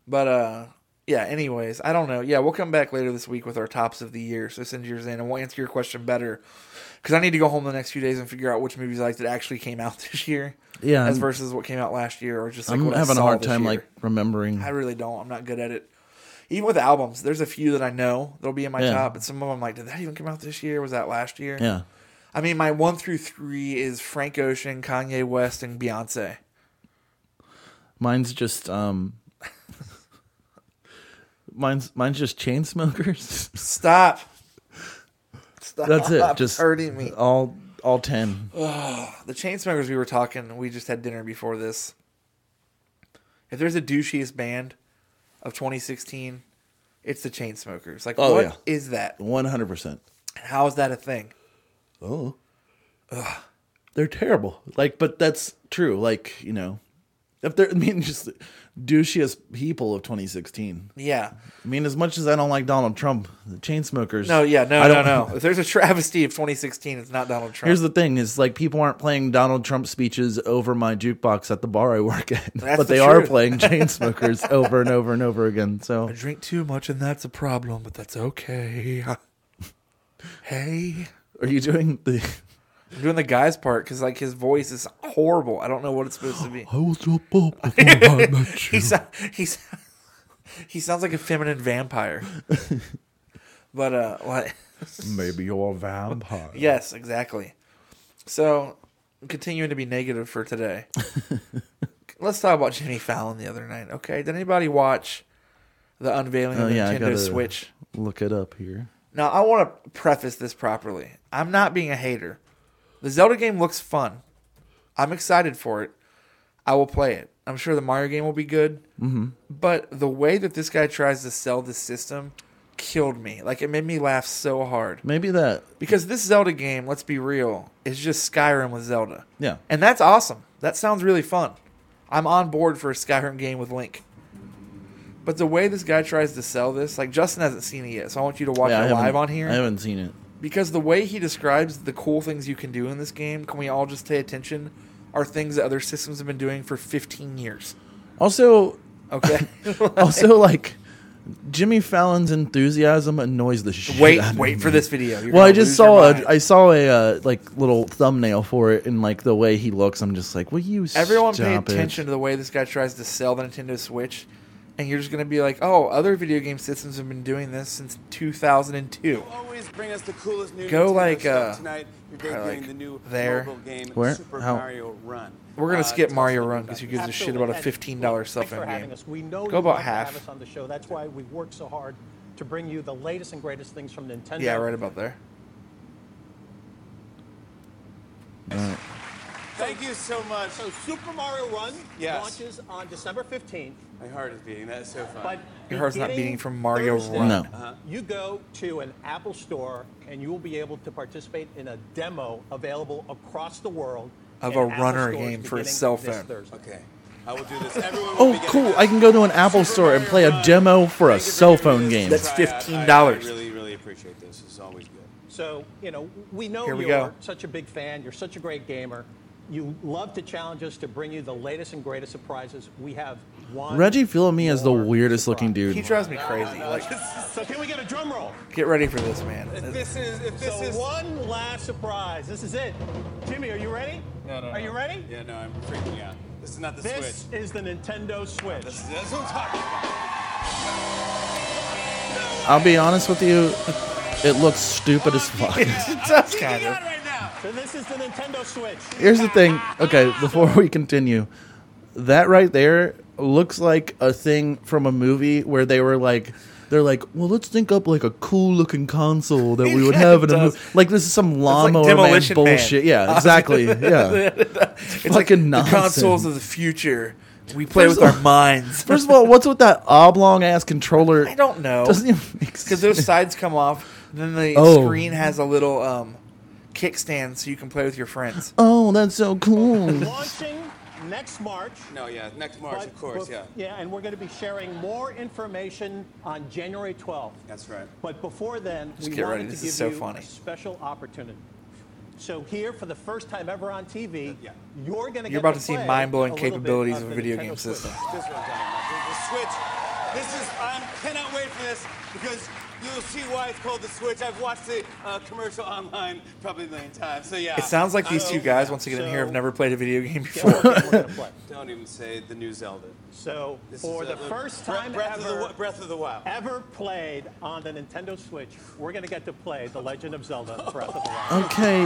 Speaker 2: But uh yeah, anyways, I don't know. Yeah, we'll come back later this week with our tops of the year. So send yours in and we'll answer your question better. Cause I need to go home the next few days and figure out which movies I like that actually came out this year.
Speaker 3: Yeah,
Speaker 2: As
Speaker 3: I'm-
Speaker 2: versus what came out last year or just like
Speaker 3: I'm
Speaker 2: what I
Speaker 3: having a
Speaker 2: saw
Speaker 3: hard
Speaker 2: this
Speaker 3: time
Speaker 2: year.
Speaker 3: like remembering.
Speaker 2: I really don't. I'm not good at it. Even with albums, there's a few that I know that'll be in my
Speaker 3: Yeah.
Speaker 2: top, but some of them like, did that even come out this year? Was that last year?
Speaker 3: yeah.
Speaker 2: I mean, my one through three is Frank Ocean, Kanye West, and Beyonce.
Speaker 3: Mine's just um Mine's mine's just chain smokers.
Speaker 2: Stop. Stop.
Speaker 3: That's it. Just
Speaker 2: hurting me.
Speaker 3: All all ten.
Speaker 2: The Chainsmokers we were talking, we just had dinner before this. If there's a douchiest band, of 2016, it's the Chainsmokers. Like, what
Speaker 3: Oh,
Speaker 2: is
Speaker 3: yeah.
Speaker 2: that?
Speaker 3: One hundred percent.
Speaker 2: How is that a thing?
Speaker 3: Oh, they're terrible. Like, but that's true. Like, you know, if they're I mean just the douchiest people of 2016.
Speaker 2: Yeah.
Speaker 3: I mean, as much as I don't like Donald Trump, the chain smokers.
Speaker 2: No, yeah, no,
Speaker 3: I
Speaker 2: no,
Speaker 3: don't
Speaker 2: no. If there's a travesty of 2016, it's not Donald Trump.
Speaker 3: Here's the thing: is like people aren't playing Donald Trump speeches over my jukebox at the bar I work at,
Speaker 2: That's
Speaker 3: but
Speaker 2: the
Speaker 3: they are
Speaker 2: truth.
Speaker 3: playing chain smokers over and over and over again. So
Speaker 2: I drink too much, and that's a problem, but that's okay. hey.
Speaker 3: Are you doing the?
Speaker 2: I'm doing the guy's part because, like, his voice is horrible. I don't know what it's supposed to be.
Speaker 3: I will jump up before I met
Speaker 2: He's he's he sounds like a feminine vampire. but uh, what?
Speaker 3: Maybe you're a vampire.
Speaker 2: Yes, exactly. So, continuing to be negative for today. Let's talk about Jimmy Fallon the other night. Okay, did anybody watch the unveiling
Speaker 3: Oh
Speaker 2: of the
Speaker 3: yeah, I
Speaker 2: Nintendo
Speaker 3: gotta
Speaker 2: Switch?
Speaker 3: Look it up here.
Speaker 2: Now, I want to preface this properly. I'm not being a hater. The Zelda game looks fun. I'm excited for it. I will play it. I'm sure the Mario game will be good. Mm-hmm. But the way that this guy tries to sell this system killed me. Like, it made me laugh so hard.
Speaker 3: Maybe that.
Speaker 2: Because this Zelda game, let's be real, is just Skyrim with Zelda.
Speaker 3: Yeah.
Speaker 2: And that's awesome. That sounds really fun. I'm on board for a Skyrim game with Link. But the way this guy tries to sell this, like Justin hasn't seen it yet, so I want you to watch
Speaker 3: Yeah, I
Speaker 2: it live
Speaker 3: haven't-
Speaker 2: on here
Speaker 3: I haven't seen it.
Speaker 2: because the way he describes the cool things you can do in this game, can we all just pay attention? Are things that other systems have been doing for 15 years.
Speaker 3: Also,
Speaker 2: Okay.
Speaker 3: also like Jimmy Fallon's enthusiasm annoys the shit.
Speaker 2: wait,
Speaker 3: out of
Speaker 2: wait
Speaker 3: me.
Speaker 2: for this video. You're
Speaker 3: Well, I
Speaker 2: gonna
Speaker 3: just
Speaker 2: lose your
Speaker 3: saw a
Speaker 2: mind.
Speaker 3: I saw a uh, like little thumbnail for it, and like the way he looks, I'm just like, will you?
Speaker 2: Everyone pay
Speaker 3: stop it?"
Speaker 2: attention to the way this guy tries to sell the Nintendo Switch, and you're just gonna be like, "Oh, other video game systems have been doing this since 2002."
Speaker 5: Always bring us the coolest new
Speaker 2: Go
Speaker 5: Nintendo
Speaker 2: like,
Speaker 5: stuff
Speaker 2: uh,
Speaker 5: tonight. You're
Speaker 2: probably
Speaker 5: debuting
Speaker 2: like
Speaker 5: the new
Speaker 2: there.
Speaker 5: mobile game
Speaker 3: Where?
Speaker 5: Super
Speaker 3: How?
Speaker 5: Mario Run.
Speaker 2: We're gonna
Speaker 5: Uh,
Speaker 2: skip
Speaker 5: tell us
Speaker 2: Mario
Speaker 5: a little
Speaker 2: Run
Speaker 5: bit
Speaker 2: because who
Speaker 5: about
Speaker 2: gives a shit
Speaker 6: Absolutely.
Speaker 2: about a
Speaker 6: And
Speaker 2: fifteen dollars self
Speaker 6: Thanks for
Speaker 2: end
Speaker 6: having
Speaker 2: game?
Speaker 6: us. We know
Speaker 2: Go
Speaker 6: you
Speaker 2: about
Speaker 6: want to
Speaker 2: half.
Speaker 6: have us on the show. That's why we work so hard to bring you the latest and greatest things from Nintendo.
Speaker 2: Yeah, right about there.
Speaker 5: that. Thank you so much.
Speaker 6: So Super Mario Run
Speaker 5: Yes.
Speaker 6: launches on December 15th,
Speaker 5: My heart is beating. That's so fun.
Speaker 6: but
Speaker 2: Your heart's not
Speaker 6: beginning
Speaker 2: beating from Mario
Speaker 6: Thursday, uh-huh,
Speaker 2: Run.
Speaker 3: No.
Speaker 6: You go to an Apple store and you will be able to participate in a demo available across the world
Speaker 2: Of
Speaker 6: in
Speaker 2: a
Speaker 6: Apple
Speaker 2: runner
Speaker 6: stores
Speaker 2: game for a
Speaker 6: beginning
Speaker 2: cell
Speaker 6: this
Speaker 2: phone.
Speaker 6: Thursday.
Speaker 5: okay, I will do this. Everyone. will be
Speaker 3: Oh,
Speaker 5: getting
Speaker 3: cool!
Speaker 5: a
Speaker 3: I can go to an Apple
Speaker 5: Super
Speaker 3: store and
Speaker 5: Mario
Speaker 3: play a
Speaker 5: Run.
Speaker 3: demo for a
Speaker 5: Thank you
Speaker 3: cell
Speaker 5: giving me
Speaker 3: phone
Speaker 5: this
Speaker 3: game.
Speaker 2: That's
Speaker 5: tryout.
Speaker 2: $15.
Speaker 5: I, I really, really appreciate this. This is always good.
Speaker 6: So, you know, we know
Speaker 2: Here we
Speaker 6: you're
Speaker 2: go.
Speaker 6: such a big fan. You're such a great gamer. You love to challenge us to bring you the latest and greatest surprises. We have one.
Speaker 3: Reggie Fils-Aimé is the
Speaker 6: more
Speaker 3: weirdest looking
Speaker 6: surprise.
Speaker 3: dude.
Speaker 2: He drives me crazy.
Speaker 6: uh,
Speaker 2: Like,
Speaker 6: So, can we get a drum roll?
Speaker 2: get ready for this, man.
Speaker 5: If this is. If this
Speaker 6: so,
Speaker 5: is.
Speaker 6: one last surprise. This is it. Jimmy, are you ready?
Speaker 5: No, no,
Speaker 6: Are
Speaker 5: no.
Speaker 6: you ready?
Speaker 5: Yeah, no, I'm freaking out. This is not the
Speaker 6: This
Speaker 5: switch.
Speaker 6: is the Nintendo Switch.
Speaker 5: This is, that's what I'm talking about.
Speaker 3: I'll be honest with you, it looks stupid as fuck.
Speaker 2: It does kind
Speaker 5: Freaking
Speaker 2: of.
Speaker 5: out right now.
Speaker 6: So, this is the Nintendo Switch.
Speaker 3: Here's the thing. Okay, before we continue, that right there looks like a thing from a movie where they were like, they're like, well, let's think up like a cool looking console that we would
Speaker 2: Yeah,
Speaker 3: have in
Speaker 2: it
Speaker 3: a
Speaker 2: does.
Speaker 3: movie. Like this is some lawnmower man
Speaker 2: Demolition Man.
Speaker 3: bullshit. Yeah, exactly. Yeah.
Speaker 2: It's like
Speaker 3: Fucking
Speaker 2: the consoles
Speaker 3: nonsense.
Speaker 2: of the future. We play
Speaker 3: First
Speaker 2: with
Speaker 3: of
Speaker 2: our minds.
Speaker 3: First of all, what's with that oblong ass controller?
Speaker 2: I don't know.
Speaker 3: Doesn't even make
Speaker 2: because
Speaker 3: sense.
Speaker 2: those sides come off. Then the
Speaker 3: Oh.
Speaker 2: screen has a little um, kickstand so you can play with your friends.
Speaker 3: oh, that's so cool.
Speaker 6: Launching next March.
Speaker 5: No, yeah, next March,
Speaker 6: But
Speaker 5: of course,
Speaker 6: bef-
Speaker 5: yeah.
Speaker 6: Yeah, and we're going to be sharing more information on January 12th.
Speaker 5: That's right.
Speaker 6: But before then, we
Speaker 2: get
Speaker 6: wanted
Speaker 2: ready.
Speaker 6: to
Speaker 2: This
Speaker 6: give
Speaker 2: is so
Speaker 6: you
Speaker 2: funny.
Speaker 6: a special opportunity. So here, for the first time ever on TV,
Speaker 5: Yeah.
Speaker 6: you're going to
Speaker 2: You're about to see mind-blowing capabilities of a video game system.
Speaker 5: This is what I'm talking about. The, the Switch. This is. I cannot wait for this because you'll see why it's called the Switch. I've watched the uh, commercial online probably a million times. So yeah.
Speaker 2: It sounds like these
Speaker 5: I
Speaker 2: two
Speaker 5: will-
Speaker 2: guys, once again, in here, have
Speaker 6: So-
Speaker 2: never played a video game before.
Speaker 6: before.
Speaker 5: Don't even say the new Zelda.
Speaker 6: So
Speaker 5: This
Speaker 6: for
Speaker 5: is,
Speaker 6: the
Speaker 5: uh, look,
Speaker 6: first
Speaker 5: Breath-
Speaker 6: time
Speaker 5: Breath
Speaker 6: ever,
Speaker 5: of the Wi- Breath of the Wild.
Speaker 6: ever played on the Nintendo Switch, we're going to get to play The Legend of Zelda: Breath of the Wild.
Speaker 3: Okay.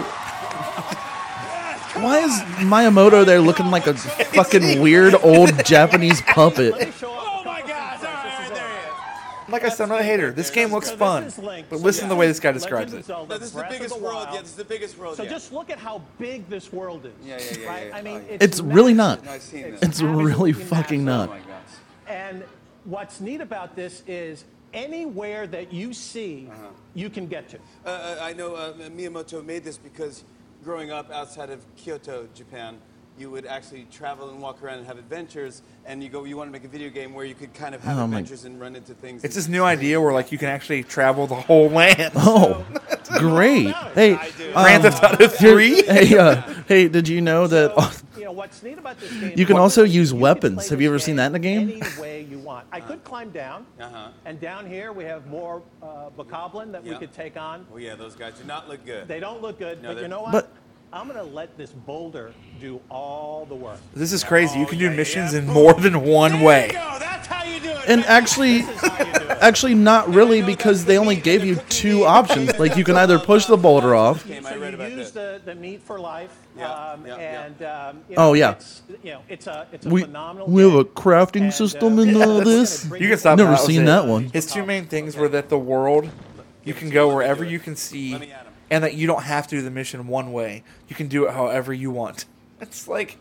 Speaker 3: Why is Miyamoto there looking like a fucking weird old Japanese
Speaker 6: Let me
Speaker 3: puppet?
Speaker 6: show
Speaker 5: Oh
Speaker 6: off
Speaker 5: my gosh! All right, all right,
Speaker 6: This is
Speaker 5: there he is.
Speaker 2: like I said, I'm not a hater. This game looks
Speaker 6: So this
Speaker 2: fun,
Speaker 6: is Link.
Speaker 2: but
Speaker 6: So
Speaker 2: listen to the way this guy
Speaker 6: Legend
Speaker 2: describes
Speaker 6: of
Speaker 2: it.
Speaker 6: Zelda,
Speaker 5: No, this is the
Speaker 6: Breath of
Speaker 5: biggest
Speaker 6: the
Speaker 5: world.
Speaker 6: Wild.
Speaker 5: Yeah, this is the biggest world.
Speaker 6: So
Speaker 5: yet.
Speaker 6: just look at how big this world is.
Speaker 5: Yeah, yeah, yeah, yeah,
Speaker 6: right?
Speaker 5: yeah.
Speaker 6: I mean,
Speaker 5: Oh, yeah.
Speaker 3: It's really not.
Speaker 5: No, I've seen this.
Speaker 3: It's really
Speaker 6: absolutely
Speaker 3: fucking
Speaker 6: massive.
Speaker 5: Oh
Speaker 3: not.
Speaker 5: my gosh.
Speaker 6: And what's neat about this is anywhere that you see,
Speaker 5: Uh-huh.
Speaker 6: you can get to.
Speaker 5: Uh, uh, I know uh, Miyamoto made this because growing up outside of Kyoto, Japan, you would actually travel and walk around and have adventures, and you go, you want to make a video game where you could kind of have
Speaker 3: Oh, my-
Speaker 5: adventures and run into things.
Speaker 2: It's
Speaker 5: and-
Speaker 2: this new idea where like you can actually travel the whole land.
Speaker 3: Oh, great. Hey, um,
Speaker 2: Grand Theft Auto Three.
Speaker 3: hey, uh, hey, did you know that?
Speaker 6: you know what's neat about this game?
Speaker 3: You can
Speaker 6: is
Speaker 3: also use
Speaker 6: can
Speaker 3: weapons.
Speaker 6: play
Speaker 3: Have you
Speaker 6: this
Speaker 3: ever seen that in a game?
Speaker 6: Any way you want. I could climb down,
Speaker 5: Uh-huh.
Speaker 6: and down here we have more uh, bokoblin that we
Speaker 5: Yeah.
Speaker 6: could take on.
Speaker 5: Oh yeah, those guys do not look good.
Speaker 6: They don't look good,
Speaker 5: No,
Speaker 6: but
Speaker 5: they-
Speaker 6: you know what?
Speaker 3: But-
Speaker 6: I'm gonna let this boulder do all the work.
Speaker 2: This is crazy. You
Speaker 5: Oh,
Speaker 2: can do
Speaker 5: yeah,
Speaker 2: missions
Speaker 5: yeah.
Speaker 2: in more than one
Speaker 5: There
Speaker 2: way.
Speaker 5: You go. That's how you do it.
Speaker 3: and
Speaker 5: Becky.
Speaker 3: actually,
Speaker 6: This is how you do it.
Speaker 3: actually, not really, because they only gave you two options. Like you can either push the boulder off.
Speaker 5: Game,
Speaker 6: so
Speaker 5: I read
Speaker 6: you
Speaker 5: about this.
Speaker 6: use the, the meat for life,
Speaker 5: Yeah,
Speaker 6: um,
Speaker 5: yeah, yeah.
Speaker 6: and um, you
Speaker 3: Oh,
Speaker 6: know,
Speaker 3: yeah.
Speaker 6: it's, you know it's a it's a
Speaker 3: We
Speaker 6: phenomenal.
Speaker 3: we have
Speaker 6: game.
Speaker 3: a crafting
Speaker 6: And, uh,
Speaker 3: system in
Speaker 6: yeah,
Speaker 3: uh,
Speaker 6: that's
Speaker 3: this.
Speaker 6: gonna bring
Speaker 2: You can stop.
Speaker 3: Never
Speaker 2: now, was
Speaker 3: seen
Speaker 2: it.
Speaker 3: that one.
Speaker 2: His two main things were that the world, you can go wherever you can see,
Speaker 5: Let me at 'em.
Speaker 2: and that you don't have to do the mission one way. You can do it however you want. It's like,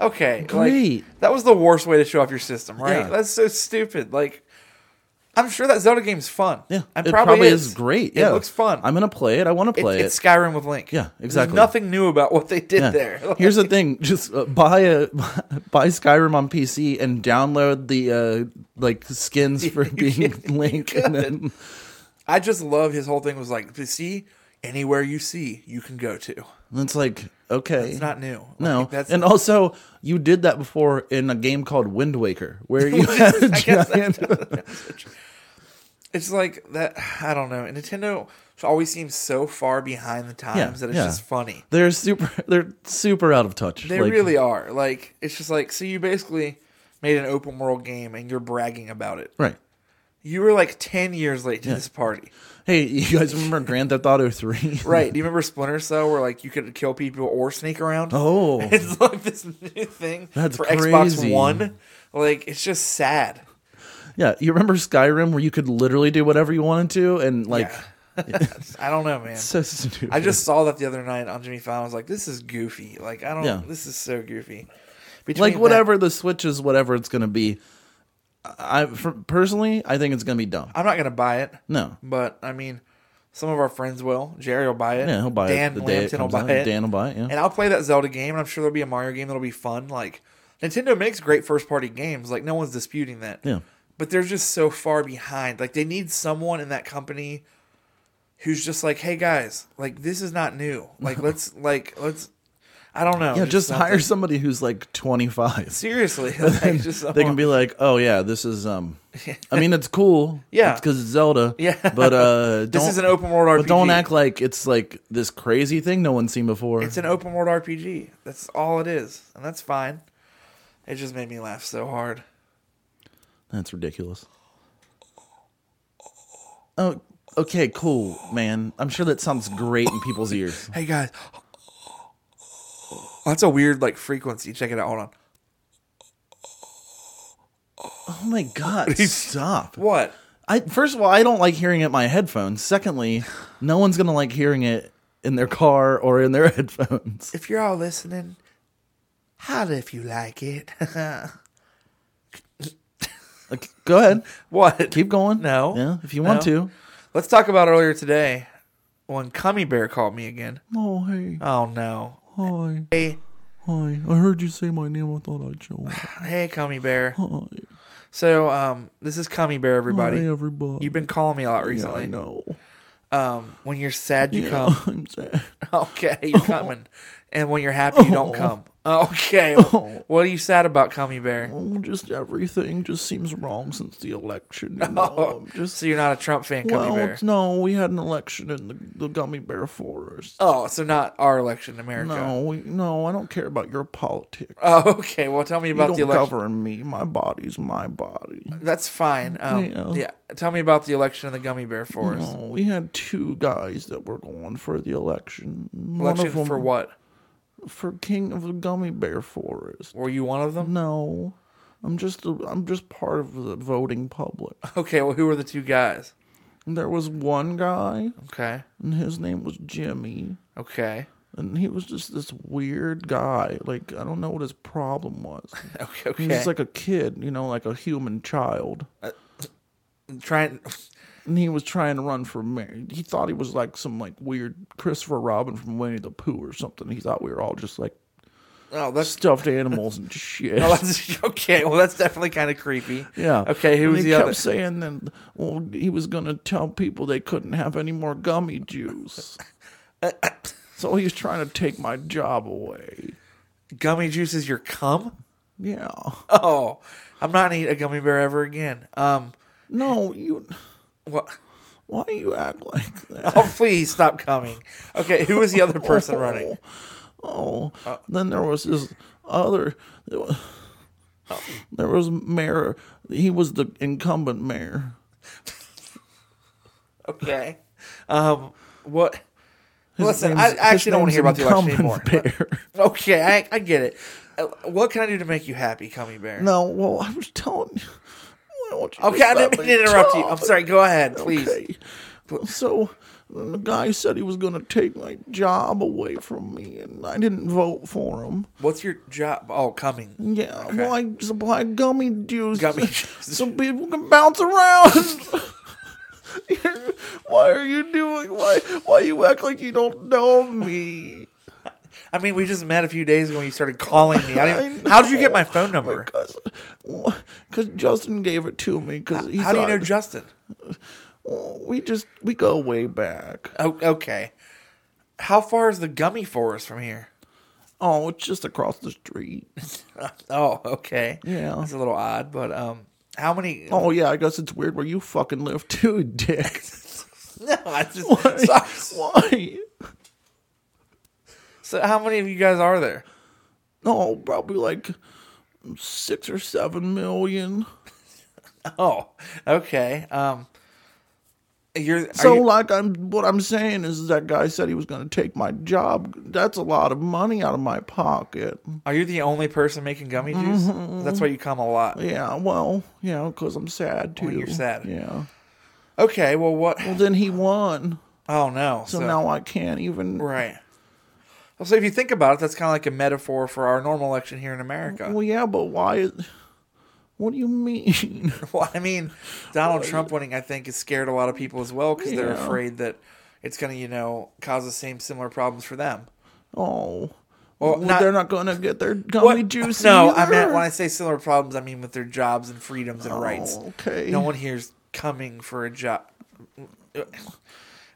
Speaker 2: okay, like,
Speaker 3: Great.
Speaker 2: that was the worst way to show off your system, right?
Speaker 3: Yeah.
Speaker 2: That's so stupid. Like, I'm sure that Zelda game's fun.
Speaker 3: Yeah,
Speaker 2: it,
Speaker 3: it
Speaker 2: probably,
Speaker 3: is. great. Yeah,
Speaker 2: it looks fun.
Speaker 3: I'm gonna play it. I want to
Speaker 2: It-
Speaker 3: play it.
Speaker 2: it's Skyrim with Link.
Speaker 3: Yeah,
Speaker 2: There's
Speaker 3: exactly.
Speaker 2: nothing new about what they did
Speaker 3: Yeah.
Speaker 2: there.
Speaker 3: Here's the thing: just uh, buy a buy Skyrim on PC and download the uh, like skins for being Link, and then
Speaker 2: I just love his whole thing was like, see, anywhere you see, you can go to.
Speaker 3: it's like okay,
Speaker 2: It's not new.
Speaker 3: No,
Speaker 2: Like, that's
Speaker 3: and also you did that before in a game called Wind Waker, where you had a giant.
Speaker 2: it's like that i don't know nintendo always seems so far behind the times
Speaker 3: yeah,
Speaker 2: that it's
Speaker 3: yeah.
Speaker 2: just funny
Speaker 3: They're super. They're super out of touch.
Speaker 2: they
Speaker 3: Like,
Speaker 2: really are like it's just like so you basically made an open world game and you're bragging about it
Speaker 3: right.
Speaker 2: you were like 10 years late to this party
Speaker 3: Hey, you guys remember Grand Theft Auto Three?
Speaker 2: right do you remember splinter cell where like you could kill people or sneak around
Speaker 3: Oh.
Speaker 2: it's like this new thing
Speaker 3: That's
Speaker 2: for xbox
Speaker 3: crazy.
Speaker 2: one like it's just sad
Speaker 3: Yeah, you remember Skyrim, where you could literally do whatever you wanted to, and like
Speaker 2: yeah i don't know man
Speaker 3: so stupid.
Speaker 2: I just saw that the other night on Jimmy Fallon. I was like, this is goofy. Like, I don't,
Speaker 3: Yeah.
Speaker 2: this is so goofy. Between
Speaker 3: like
Speaker 2: that-
Speaker 3: whatever the switch is whatever it's going to be i for, personally i think it's going to be dumb
Speaker 2: I'm not going to buy it.
Speaker 3: no
Speaker 2: But, I mean, some of our friends will. Jerry will buy it.
Speaker 3: yeah he'll buy
Speaker 2: Dan
Speaker 3: it the day it
Speaker 2: Lambton will
Speaker 3: comes out.
Speaker 2: buy it.
Speaker 3: dan will buy it yeah
Speaker 2: And I'll play that Zelda game, and I'm sure there'll be a Mario game that'll be fun. Like, Nintendo makes great first party games. Like, no one's disputing that.
Speaker 3: Yeah.
Speaker 2: But they're just so far behind. Like, they need someone in that company who's just like, hey, guys, like, this is not new. Like, let's, like, let's, I don't know.
Speaker 3: yeah just hire
Speaker 2: something.
Speaker 3: somebody who's like 25
Speaker 2: Seriously, like, just
Speaker 3: they can be like oh yeah this is um i mean it's cool
Speaker 2: Yeah.
Speaker 3: because it's zelda
Speaker 2: Yeah.
Speaker 3: but uh don't,
Speaker 2: This is an open world RPG.
Speaker 3: but don't act like it's like this crazy thing no one's seen before
Speaker 2: It's an open world RPG. That's all it is, and that's fine. It just made me laugh so hard.
Speaker 3: that's ridiculous oh okay cool man i'm sure that sounds great in people's ears
Speaker 2: Hey guys, that's a weird like frequency. Check it out. Hold on.
Speaker 3: Oh my god! Stop.
Speaker 2: What?
Speaker 3: I first of all, I don't like hearing it in my headphones. Secondly, no one's gonna like hearing it in their car or in their headphones.
Speaker 2: If you're all listening, holla if you like it.
Speaker 3: Like, go ahead,
Speaker 2: what?
Speaker 3: keep going.
Speaker 2: No.
Speaker 3: yeah, if you want
Speaker 2: No.
Speaker 3: to.
Speaker 2: Let's talk about earlier today when Cummy Bear called me again.
Speaker 3: Oh hey,
Speaker 2: Oh no.
Speaker 3: hi,
Speaker 2: Hey,
Speaker 3: hi! I heard you say my name. I thought I'd show. up.
Speaker 2: hey, Cummy Bear.
Speaker 3: Hi,
Speaker 2: So, um, this is Cummy Bear, everybody.
Speaker 3: hi everybody.
Speaker 2: You've been calling me a lot
Speaker 3: yeah,
Speaker 2: recently.
Speaker 3: I know.
Speaker 2: Um, when you're sad, you
Speaker 3: Yeah,
Speaker 2: come.
Speaker 3: I'm sad.
Speaker 2: Okay, you're coming. And when you're happy, you don't come. Okay. What are you sad about, Cummy Bear?
Speaker 3: Oh, just everything just seems wrong since the election. You know? I'm Um, just
Speaker 2: So you're not a Trump fan, Cummy
Speaker 3: well,
Speaker 2: Bear.
Speaker 3: no, we had an election in the, the gummy bear forest.
Speaker 2: Oh, so not our election in America.
Speaker 3: No, we, no, I don't care about your politics.
Speaker 2: Oh, okay. Well, tell me
Speaker 3: you
Speaker 2: about
Speaker 3: don't
Speaker 2: the election.
Speaker 3: cover in me. My body's my body.
Speaker 2: That's fine. Um,
Speaker 3: Yeah.
Speaker 2: yeah. Tell me about the election in the Gummy Bear Forest.
Speaker 3: No, we had two guys that were going for the election. one
Speaker 2: Election
Speaker 3: of them
Speaker 2: for what?
Speaker 3: For king of the gummy bear forest.
Speaker 2: Were you one of them?
Speaker 3: No, I'm just a, I'm just part of the voting public.
Speaker 2: Okay. Well, who were the two guys?
Speaker 3: There was one guy,
Speaker 2: Okay.
Speaker 3: and his name was Jimmy,
Speaker 2: Okay.
Speaker 3: and he was just this weird guy. Like I don't know what his problem was.
Speaker 2: Okay,
Speaker 3: He was
Speaker 2: okay.
Speaker 3: like a kid, you know, like a human child.
Speaker 2: Trying.
Speaker 3: and he was trying to run for mayor. He thought he was like some like weird Christopher Robin from Winnie the Pooh or something. He thought we were all just like
Speaker 2: Oh, that's
Speaker 3: stuffed animals and shit.
Speaker 2: Oh, that's, okay, well, that's definitely kind of creepy.
Speaker 3: yeah.
Speaker 2: Okay,
Speaker 3: And
Speaker 2: who was
Speaker 3: he
Speaker 2: the
Speaker 3: kept
Speaker 2: other?
Speaker 3: saying that well he was gonna tell people they couldn't have any more gummy juice. so he was trying to take my job away.
Speaker 2: Gummy juice is your cum?
Speaker 3: Yeah.
Speaker 2: Oh, I'm not gonna eat a gummy bear ever again. Um,
Speaker 3: No, you
Speaker 2: what?
Speaker 3: why do you act like that?
Speaker 2: Oh, please stop coming. Okay, who was the other person running? Uh.
Speaker 3: Oh, then there was this other. There was,
Speaker 2: Oh.
Speaker 3: there was mayor. He was the incumbent mayor.
Speaker 2: Okay. Um, what?
Speaker 3: His
Speaker 2: Listen,
Speaker 3: name's-
Speaker 2: I, I
Speaker 3: his
Speaker 2: actually don't want to
Speaker 3: name's
Speaker 2: hear about the election anymore.
Speaker 3: incumbent Mayor.
Speaker 2: Okay, I, I get it. Uh, What can I do to make you happy, Cummy Bear?
Speaker 3: No, well, I was telling you. why don't you
Speaker 2: Okay, I
Speaker 3: let
Speaker 2: didn't mean
Speaker 3: me
Speaker 2: to interrupt you. I'm
Speaker 3: talk?
Speaker 2: sorry. Go ahead, please.
Speaker 3: Okay. So the guy said he was going to take my job away from me, and I didn't vote for him.
Speaker 2: What's your job? Oh, coming.
Speaker 3: Yeah, well, I supply gummy juice.
Speaker 2: Gummy juice.
Speaker 3: So people can bounce around. why are you doing? Why? Why you act like you don't know me?
Speaker 2: I mean, we just met a few days ago when you started calling me. I didn't,
Speaker 3: I
Speaker 2: how did you get
Speaker 3: know.
Speaker 2: my phone
Speaker 3: Oh
Speaker 2: number?
Speaker 3: Because Justin gave it to me. Because he
Speaker 2: How do you know
Speaker 3: thought-
Speaker 2: Justin?
Speaker 3: Oh, we just we go way back.
Speaker 2: Oh, okay. How far is the gummy forest from here?
Speaker 3: Oh, it's just across the street.
Speaker 2: Oh, okay.
Speaker 3: Yeah.
Speaker 2: that's a little odd, but um, how many? Oh.
Speaker 3: Oh yeah, I guess it's weird where you fucking live too, Dick.
Speaker 2: No, I just.
Speaker 3: Why?
Speaker 2: So,
Speaker 3: why?
Speaker 2: so how many of you guys are there?
Speaker 3: Oh, probably like six or seven million.
Speaker 2: Oh, okay. Um, you're
Speaker 3: So,
Speaker 2: so you,
Speaker 3: like, I'm what I'm saying is that guy said he was going to take my job. That's a lot of money out of my pocket.
Speaker 2: are you the only person making gummy juice?
Speaker 3: Mm-hmm.
Speaker 2: That's why you come a lot.
Speaker 3: Yeah, well, you know, because I'm sad too.
Speaker 2: Well, you're sad.
Speaker 3: Yeah.
Speaker 2: Okay, well, what?
Speaker 3: Well, then he won,
Speaker 2: Oh no.
Speaker 3: so, now I can't even.
Speaker 2: right. Well, so if you think about it, that's kind of like a metaphor for our normal election here in America.
Speaker 3: Well, yeah, but why? is- What do you mean?
Speaker 2: Well, I mean, Donald Trump winning, I think, has scared a lot of people as well because they're
Speaker 3: Yeah.
Speaker 2: afraid that it's going to, you know, cause the same similar problems for them.
Speaker 3: Oh,
Speaker 2: Well,
Speaker 3: well,
Speaker 2: not-
Speaker 3: they're not going to get their gummy
Speaker 2: What?
Speaker 3: juice.
Speaker 2: No, I
Speaker 3: either? Oh,
Speaker 2: meant when I say similar problems, I mean with their jobs and freedoms and rights.
Speaker 3: okay.
Speaker 2: No one here's coming for a job.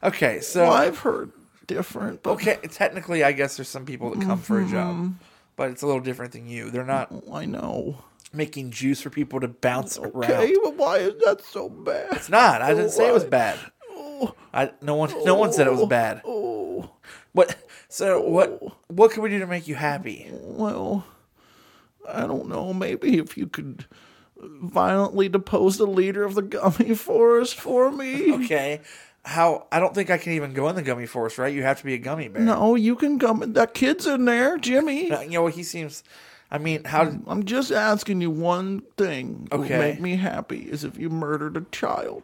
Speaker 2: Okay, so
Speaker 3: Well, I've heard different. But
Speaker 2: okay, technically, I guess there's some people that come for a
Speaker 3: Mm-hmm.
Speaker 2: job, but it's a little different than you. They're not
Speaker 3: I know.
Speaker 2: making juice for people to bounce around.
Speaker 3: Okay, but why is that so bad?
Speaker 2: It's not. I didn't say it was
Speaker 3: Why?
Speaker 2: bad. I no one no one said it was bad.
Speaker 3: Oh,
Speaker 2: What? So what? What can we do to make you happy?
Speaker 3: well, I don't know. Maybe if you could violently depose the leader of the gummy forest for me.
Speaker 2: Okay. How? I don't think I can even go in the gummy forest, right? You have to be a gummy bear.
Speaker 3: No, you can come. That kid's in there, Jimmy.
Speaker 2: Uh, You know, he seems. I mean, how? did-
Speaker 3: I'm just asking you one thing. What
Speaker 2: Okay.
Speaker 3: would make me happy is if you murdered a child.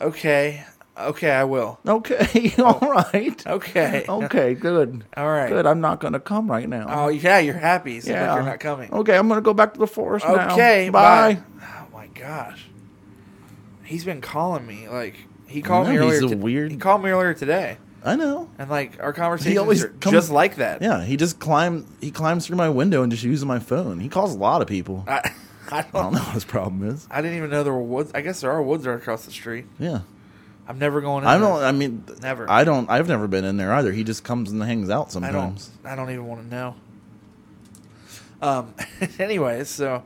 Speaker 2: Okay. Okay, I will.
Speaker 3: Okay, all right.
Speaker 2: Oh. Okay.
Speaker 3: Okay, good.
Speaker 2: All right.
Speaker 3: Good. I'm not going to come right now.
Speaker 2: Oh yeah, you're happy. So yeah. You're not coming.
Speaker 3: Okay, I'm gonna go back to the forest now.
Speaker 2: Okay.
Speaker 3: bye.
Speaker 2: Oh my gosh. He's been calling me like he called
Speaker 3: know,
Speaker 2: me earlier.
Speaker 3: he's a
Speaker 2: to-
Speaker 3: weird-
Speaker 2: He called me earlier today,
Speaker 3: I know.
Speaker 2: and like our conversations
Speaker 3: always
Speaker 2: are
Speaker 3: comes-
Speaker 2: just like that.
Speaker 3: Yeah, he just climbed. He climbs through my window and just uses my phone. He calls a lot of people. I,
Speaker 2: I, I don't.
Speaker 3: don't know what his problem is.
Speaker 2: I didn't even know there were woods. I guess there are woods right across the street.
Speaker 3: Yeah,
Speaker 2: I'm never going. In
Speaker 3: I
Speaker 2: there.
Speaker 3: don't. I mean,
Speaker 2: Never.
Speaker 3: I don't. I've never been in there either. He just comes and hangs out
Speaker 2: I don't.
Speaker 3: sometimes.
Speaker 2: I don't even want to know. Um. anyways, so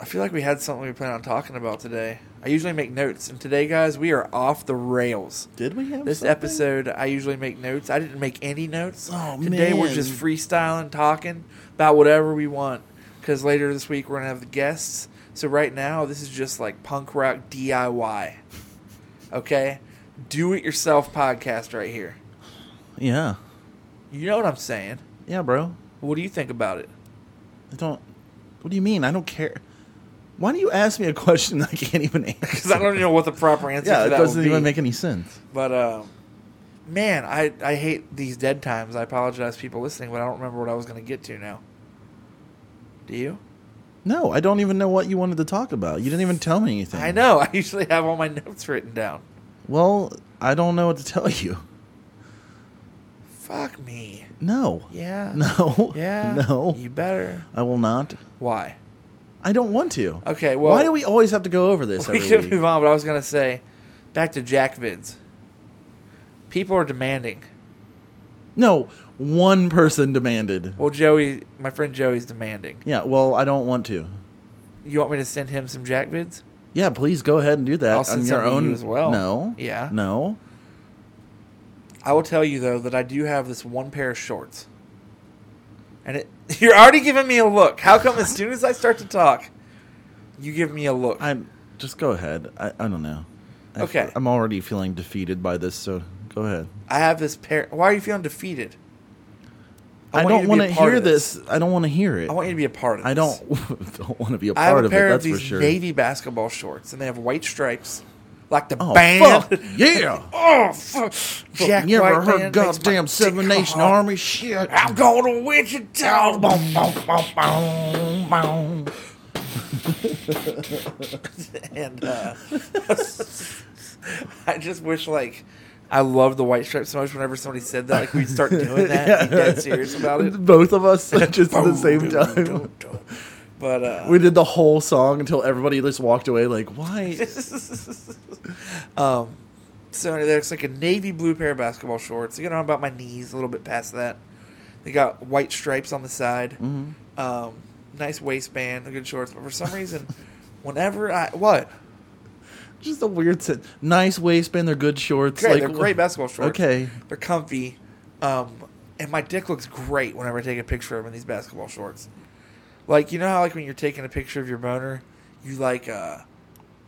Speaker 2: I feel like we had something we planned on talking about today. I usually make notes, and today, guys, we are off the rails.
Speaker 3: Did we have
Speaker 2: This
Speaker 3: something?
Speaker 2: episode, I usually make notes. I didn't make any notes.
Speaker 3: Oh,
Speaker 2: Today we're
Speaker 3: man.
Speaker 2: just freestyling, talking about whatever we want. Because later this week we're gonna have the guests. So right now this is just like punk rock DIY. Okay, do it yourself podcast right here.
Speaker 3: Yeah,
Speaker 2: You know what I'm saying?
Speaker 3: yeah, bro.
Speaker 2: What do you think about it?
Speaker 3: I don't. What do you mean? I don't care. Why do you ask me a question I can't even answer?
Speaker 2: Because I don't know what the proper answer.
Speaker 3: Yeah,
Speaker 2: for
Speaker 3: it
Speaker 2: that
Speaker 3: doesn't
Speaker 2: would be.
Speaker 3: even make any sense.
Speaker 2: But um, Man, I, I hate these dead times. I apologize, people listening, but I don't remember what I was going to get to now. Do you?
Speaker 3: No, I don't even know what you wanted to talk about. You didn't even tell me anything.
Speaker 2: I know. I usually have all my notes written down.
Speaker 3: Well, I don't know what to tell you.
Speaker 2: Fuck me.
Speaker 3: No.
Speaker 2: Yeah.
Speaker 3: No.
Speaker 2: Yeah.
Speaker 3: No.
Speaker 2: You better.
Speaker 3: I will not.
Speaker 2: Why?
Speaker 3: I don't want to.
Speaker 2: Okay, well-
Speaker 3: why do we always have to go over this
Speaker 2: we
Speaker 3: every
Speaker 2: can
Speaker 3: week?
Speaker 2: move on, but I was gonna say, back to Jack Vids. People are demanding.
Speaker 3: No, one person demanded.
Speaker 2: Well, Joey, my friend Joey's demanding.
Speaker 3: Yeah, well, I don't want to.
Speaker 2: You want me to send him some Jack Vids?
Speaker 3: Yeah, please go ahead and do that
Speaker 2: I'll
Speaker 3: on
Speaker 2: send
Speaker 3: your
Speaker 2: some to
Speaker 3: own
Speaker 2: you as well.
Speaker 3: No.
Speaker 2: Yeah.
Speaker 3: No.
Speaker 2: I will tell you though that I do have this one pair of shorts, and it, you're already giving me a look. How come as soon as I start to talk, you give me a look?
Speaker 3: I'm just go ahead. I, I don't know. I,
Speaker 2: Okay.
Speaker 3: I'm already feeling defeated by this, so go ahead.
Speaker 2: I have this pair. Why are you feeling defeated?
Speaker 3: I, don't
Speaker 2: want you to be
Speaker 3: want
Speaker 2: a
Speaker 3: to
Speaker 2: part
Speaker 3: hear
Speaker 2: of this.
Speaker 3: this. I don't want to hear it.
Speaker 2: I want you to be a part of. This.
Speaker 3: I don't don't want to be a
Speaker 2: I have
Speaker 3: part
Speaker 2: a
Speaker 3: of it.
Speaker 2: pair of,
Speaker 3: That's
Speaker 2: these
Speaker 3: for sure.
Speaker 2: navy basketball shorts, and they have white stripes, like the
Speaker 3: oh,
Speaker 2: band.
Speaker 3: fuck. yeah.
Speaker 2: Oh, fuck. Jack
Speaker 3: you ever
Speaker 2: White
Speaker 3: heard
Speaker 2: man makes my
Speaker 3: goddamn Seven
Speaker 2: dick
Speaker 3: Nation
Speaker 2: hard.
Speaker 3: Army shit?
Speaker 2: I'm going to Wichita. Boom, boom, boom, boom, boom. and uh, I just wish, like, I love the white stripes so much. Whenever somebody said that, like, we'd start doing that. and be dead serious about it.
Speaker 3: Both of us just at the same time.
Speaker 2: But uh,
Speaker 3: We did the whole song until everybody just walked away like, why?
Speaker 2: um, so anyway, there's like a navy blue pair of basketball shorts. You know, about my knees, a little bit past that. They got white stripes on the side. Um, nice waistband, good shorts. But for some reason, whenever I what
Speaker 3: Just a weird sense. Nice waistband. They're good shorts.
Speaker 2: great,
Speaker 3: like,
Speaker 2: they're great basketball shorts.
Speaker 3: Okay.
Speaker 2: they're comfy. Um, and my dick looks great whenever I take a picture of them in these basketball shorts. Like you know how like when you're taking a picture of your boner, you like uh,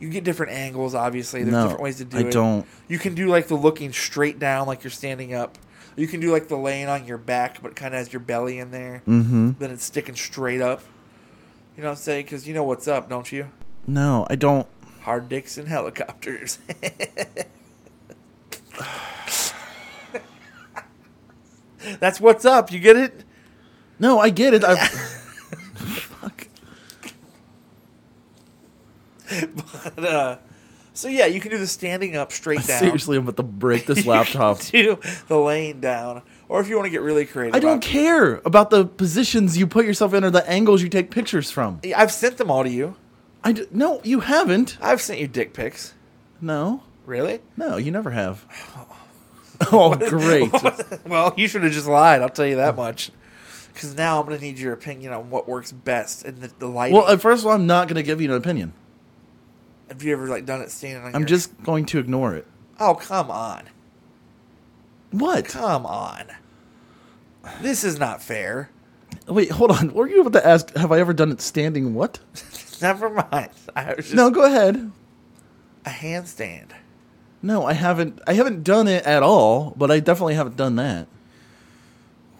Speaker 2: you get different angles. Obviously, there's
Speaker 3: No,
Speaker 2: different ways to do
Speaker 3: I
Speaker 2: it.
Speaker 3: don't.
Speaker 2: You can do like the looking straight down, like you're standing up. You can do like the laying on your back, but kind of has your belly in there. Mm-hmm. Then it's sticking straight up. You know what I'm saying? Because you know what's up, don't you?
Speaker 3: No, I don't.
Speaker 2: Hard dicks and helicopters. That's what's up. You get it?
Speaker 3: No, I get it. I, fuck.
Speaker 2: But, uh, so yeah, you can do the standing up straight down.
Speaker 3: Seriously, I'm about to break this laptop.
Speaker 2: do the laying down, or if you want to get really creative,
Speaker 3: I don't
Speaker 2: obviously.
Speaker 3: care about the positions you put yourself in or the angles you take pictures from.
Speaker 2: I've sent them all to you.
Speaker 3: I d- no, you haven't.
Speaker 2: I've sent you dick pics.
Speaker 3: No,
Speaker 2: Really?
Speaker 3: no, you never have. Oh, great.
Speaker 2: well, you should have just lied. I'll tell you that much. Because now I'm going to need your opinion on what works best and the, the lighting.
Speaker 3: Well, uh, first of all, I'm not going to give you an opinion.
Speaker 2: have you ever like done it standing on?
Speaker 3: I'm
Speaker 2: your-
Speaker 3: just going to ignore it.
Speaker 2: Oh come on,
Speaker 3: What?
Speaker 2: come on. This is not fair.
Speaker 3: Wait, hold on. Were you about to ask? Have I ever done it standing? What?
Speaker 2: Never mind. I was just
Speaker 3: No, go ahead.
Speaker 2: a handstand.
Speaker 3: No, I haven't. I haven't done it at all. But I definitely haven't done that.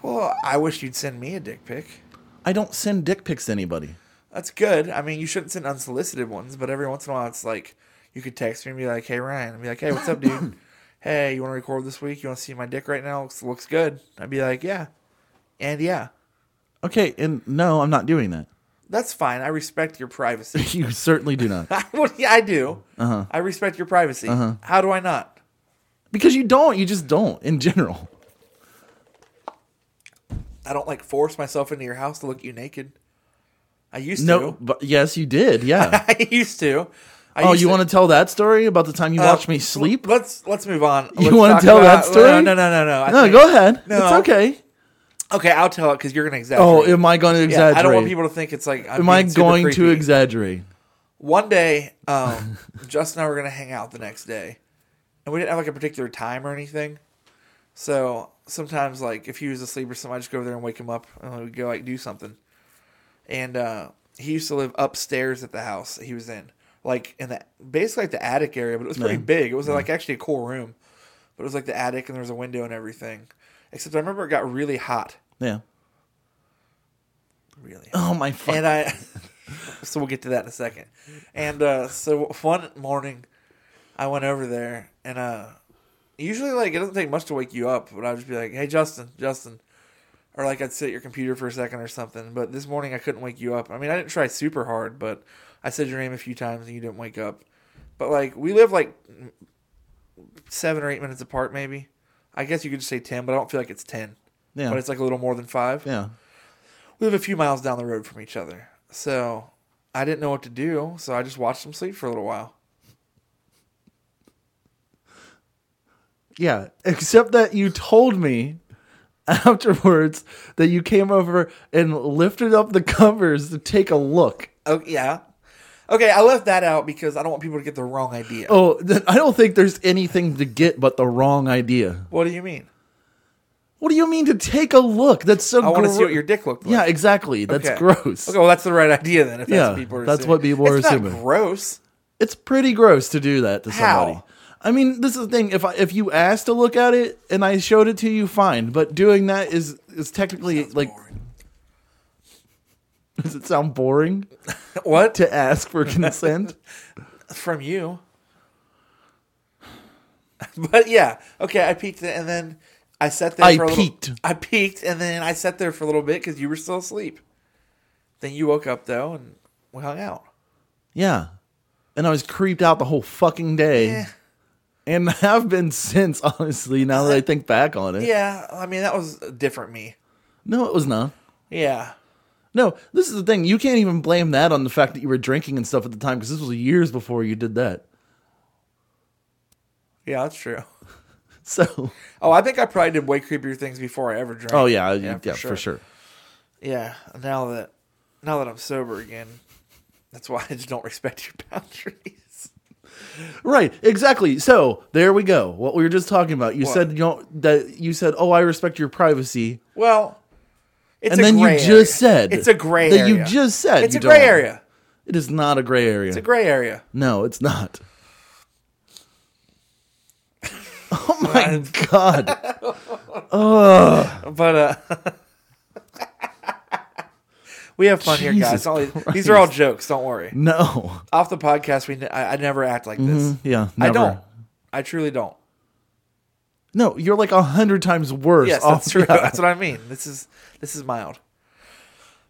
Speaker 2: Well, I wish you'd send me a dick pic.
Speaker 3: I don't send dick pics to anybody.
Speaker 2: That's good. I mean, you shouldn't send unsolicited ones, but every once in a while, it's like you could text me and be like, "Hey, Ryan," and be like, "Hey, what's up, dude? hey, you want to record this week? You want to see my dick right now? Looks, looks good." I'd be like, "Yeah," and yeah,
Speaker 3: Okay, and no, I'm not doing that.
Speaker 2: that's fine. I respect your privacy.
Speaker 3: You certainly do not,
Speaker 2: well, yeah, I do. I respect your privacy. How do I not?
Speaker 3: because you don't. You just don't in general.
Speaker 2: I don't like force myself into your house to look at you naked. I used
Speaker 3: No,
Speaker 2: to.
Speaker 3: but yes, you did. Yeah.
Speaker 2: I used to. I
Speaker 3: oh,
Speaker 2: used
Speaker 3: you want to tell that story about the time you
Speaker 2: Uh,
Speaker 3: watched me sleep?
Speaker 2: Let's let's move on.
Speaker 3: You
Speaker 2: Let's
Speaker 3: wanna
Speaker 2: talk
Speaker 3: tell that
Speaker 2: about-
Speaker 3: story?
Speaker 2: No, no, no, no. No, I
Speaker 3: no,
Speaker 2: think-
Speaker 3: go ahead.
Speaker 2: No.
Speaker 3: It's okay.
Speaker 2: Okay, I'll tell it because you're gonna exaggerate.
Speaker 3: Oh, am I going to
Speaker 2: Yeah,
Speaker 3: exaggerate?
Speaker 2: I don't want people to think it's like. I'm
Speaker 3: Am I
Speaker 2: being super
Speaker 3: going to
Speaker 2: creepy.
Speaker 3: exaggerate?
Speaker 2: One day, um, Justin and I were gonna hang out the next day, and we didn't have like a particular time or anything. So sometimes, like if he was asleep or something, I just go over there and wake him up, and we go like do something. And uh, he used to live upstairs at the house that he was in, like in the basically like the attic area, but it was pretty big. It was like actually a cool room, but it was like the attic, and there was a window and everything. Except I remember it got really hot,
Speaker 3: Yeah.
Speaker 2: really.
Speaker 3: Oh my fuck.
Speaker 2: and uh, I. so we'll get to that in a second. And uh, so one morning, I went over there and uh, usually like it doesn't take much to wake you up, but I'd just be like, "Hey, Justin, Justin," or like I'd sit at your computer for a second or something. But this morning I couldn't wake you up. I mean, I didn't try super hard, but I said your name a few times and you didn't wake up. But like we live like seven or eight minutes apart, maybe. I guess you could just say ten, but I don't feel like it's ten.
Speaker 3: Yeah.
Speaker 2: But it's like a little more than five
Speaker 3: Yeah.
Speaker 2: we live a few miles down the road from each other. So I didn't know what to do, so I just watched him sleep for a little while.
Speaker 3: Yeah, except that you told me afterwards that you came over and lifted up the covers to take a look.
Speaker 2: Oh yeah. Okay, I left that out because I don't want people to get the wrong idea.
Speaker 3: Oh, then I don't think there's anything to get but the wrong idea.
Speaker 2: What do you mean?
Speaker 3: What do you mean to take a look? That's so.
Speaker 2: I want to
Speaker 3: gro-
Speaker 2: see what your dick looked like.
Speaker 3: Yeah, exactly. That's
Speaker 2: Okay.
Speaker 3: gross.
Speaker 2: Okay, well that's the right idea then. If that's
Speaker 3: Yeah,
Speaker 2: what people are
Speaker 3: that's
Speaker 2: assuming.
Speaker 3: what people are
Speaker 2: It's not
Speaker 3: assuming.
Speaker 2: gross.
Speaker 3: It's pretty gross to do that to
Speaker 2: How?
Speaker 3: somebody. I mean, this is the thing. If I, if you asked to look at it and I showed it to you, fine. But doing that is is technically like. Does it sound boring
Speaker 2: What
Speaker 3: to ask for consent?
Speaker 2: from you? but yeah, okay. I peeked and then I sat there.
Speaker 3: I
Speaker 2: for a little-
Speaker 3: peeked.
Speaker 2: I peeked and then I sat there for a little bit because you were still asleep. Then you woke up though and we hung out.
Speaker 3: yeah. And I was creeped out the whole fucking day.
Speaker 2: Eh.
Speaker 3: And have been since, honestly, now that I think back on it.
Speaker 2: Yeah, I mean that was a different me.
Speaker 3: No, it was not.
Speaker 2: Yeah,
Speaker 3: No, this is the thing. You can't even blame that on the fact that you were drinking and stuff at the time because this was years before you did that.
Speaker 2: yeah, that's true.
Speaker 3: So,
Speaker 2: Oh, I think I probably did way creepier things before I ever drank.
Speaker 3: oh yeah, yeah,
Speaker 2: yeah, for
Speaker 3: yeah,
Speaker 2: sure.
Speaker 3: for sure.
Speaker 2: yeah. Now that now that I'm sober again, that's why I just don't respect your boundaries.
Speaker 3: Right, exactly. So there we go. What we were just talking about. You
Speaker 2: What?
Speaker 3: said you don't, that you said, "Oh, I respect your privacy,"
Speaker 2: Well, it's
Speaker 3: and
Speaker 2: a
Speaker 3: then you
Speaker 2: gray
Speaker 3: just
Speaker 2: area.
Speaker 3: said
Speaker 2: it's a gray
Speaker 3: that
Speaker 2: area.
Speaker 3: you just said
Speaker 2: it's
Speaker 3: you
Speaker 2: a gray
Speaker 3: don't.
Speaker 2: area.
Speaker 3: It is not a gray area.
Speaker 2: It's a gray area.
Speaker 3: no, it's not. oh my god!
Speaker 2: But uh, we have fun here, guys.
Speaker 3: Jesus
Speaker 2: All these, these are all jokes. Don't worry.
Speaker 3: No,
Speaker 2: Off the podcast, we n- I, I never act like this.
Speaker 3: Mm-hmm. yeah,
Speaker 2: I
Speaker 3: never.
Speaker 2: don't. I truly don't.
Speaker 3: No, you're like a hundred times worse.
Speaker 2: Yes,
Speaker 3: off
Speaker 2: that's true.
Speaker 3: yeah.
Speaker 2: That's what I mean. This is this is mild.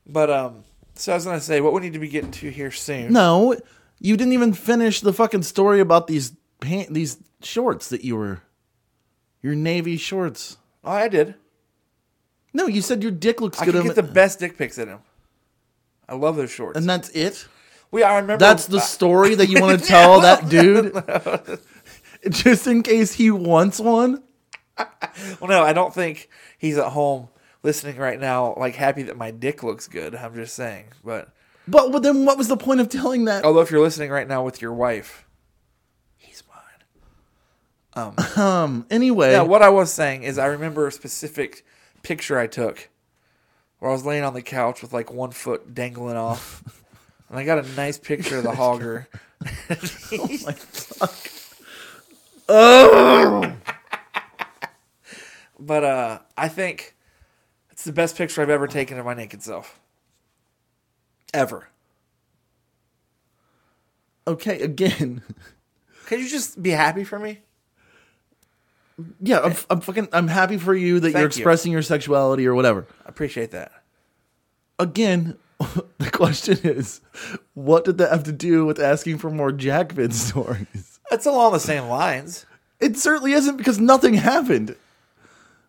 Speaker 2: But um, so I was gonna say what we need to be getting to here soon.
Speaker 3: No, you didn't even finish the fucking story about these pant these shorts that you were your navy shorts.
Speaker 2: oh, I did.
Speaker 3: No, you said your dick looks
Speaker 2: I
Speaker 3: good.
Speaker 2: could
Speaker 3: on
Speaker 2: get the
Speaker 3: it.
Speaker 2: best dick pics in him. I love those shorts.
Speaker 3: and that's it.
Speaker 2: we, I remember
Speaker 3: That's the
Speaker 2: I-
Speaker 3: story that you want to tell that dude, just in case he wants one.
Speaker 2: Well, no, I don't think he's at home listening right now, like happy that my dick looks good. I'm just saying. But
Speaker 3: But, but then, what was the point of telling that?
Speaker 2: although if you're listening right now with your wife, he's mine.
Speaker 3: Anyway,
Speaker 2: Yeah, what I was saying is I remember a specific picture I took where I was laying on the couch with like one foot dangling off. And I got a nice picture of the hogger. Oh, But uh I think it's the best picture I've ever taken of my naked self. Ever.
Speaker 3: okay, again,
Speaker 2: Can you just be happy for me?
Speaker 3: yeah, I'm, I'm fucking, I'm happy for you that you're
Speaker 2: Thank you.
Speaker 3: expressing your sexuality or whatever.
Speaker 2: I appreciate that.
Speaker 3: Again, the question is, what did that have to do with asking for more Jackman stories?
Speaker 2: It's along the same lines.
Speaker 3: It certainly isn't because nothing happened.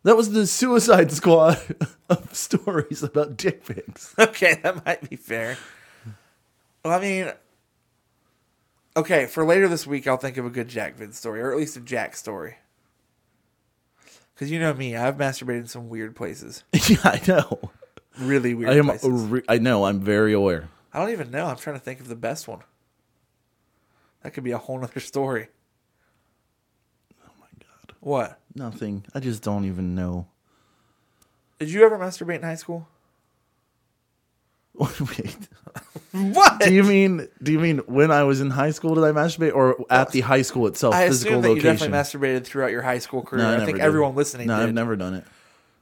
Speaker 3: That was the Suicide Squad of stories about dick pics.
Speaker 2: Okay, that might be fair. Well, I mean, okay, for later this week, I'll think of a good Jack Vin story, or at least a Jack story. Because you know me, I've masturbated in some weird places.
Speaker 3: yeah, I know.
Speaker 2: Really weird
Speaker 3: I am.
Speaker 2: places.
Speaker 3: Re- I know. I'm very aware.
Speaker 2: I don't even know. I'm trying to think of the best one. That could be a whole nother story. Oh, my God. What?
Speaker 3: Nothing. I just don't even know.
Speaker 2: Did you ever masturbate in high school?
Speaker 3: Wait.
Speaker 2: What?
Speaker 3: Do you mean? Do you mean when I was in high school did I masturbate, or at the high school itself,
Speaker 2: I
Speaker 3: physical
Speaker 2: assume that you
Speaker 3: location?
Speaker 2: definitely masturbated throughout your high school career.
Speaker 3: no, I,
Speaker 2: I,
Speaker 3: never
Speaker 2: think
Speaker 3: did.
Speaker 2: everyone listening
Speaker 3: No,
Speaker 2: did.
Speaker 3: I've never done it.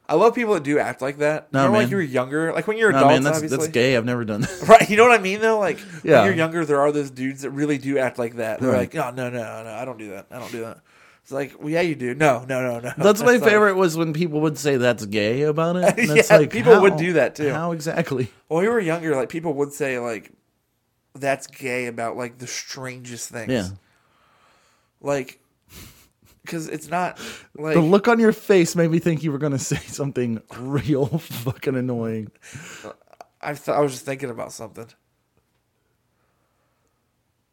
Speaker 2: I love people that do act like that.
Speaker 3: No,
Speaker 2: Remember, like
Speaker 3: man.
Speaker 2: you were younger, like when you're
Speaker 3: No,
Speaker 2: adults,
Speaker 3: man, that's
Speaker 2: obviously.
Speaker 3: that's gay. I've never done that.
Speaker 2: Right? You know what I mean, though. Like
Speaker 3: Yeah.
Speaker 2: when you're younger, there are those dudes that really do act like that. They're
Speaker 3: Right.
Speaker 2: like, oh no, no, no, I don't do that. I don't do that. It's like, well, yeah, you do. No, no, no, no.
Speaker 3: That's my
Speaker 2: It's like,
Speaker 3: favorite was when people would say that's gay about it. And it's
Speaker 2: Yeah,
Speaker 3: like
Speaker 2: people
Speaker 3: how-
Speaker 2: would do that, too.
Speaker 3: How exactly?
Speaker 2: When we were younger, like people would say like that's gay about like the strangest things.
Speaker 3: Yeah.
Speaker 2: Like cuz it's not like
Speaker 3: The look on your face made me think you were going to say something real fucking annoying.
Speaker 2: I thought I was just thinking about something.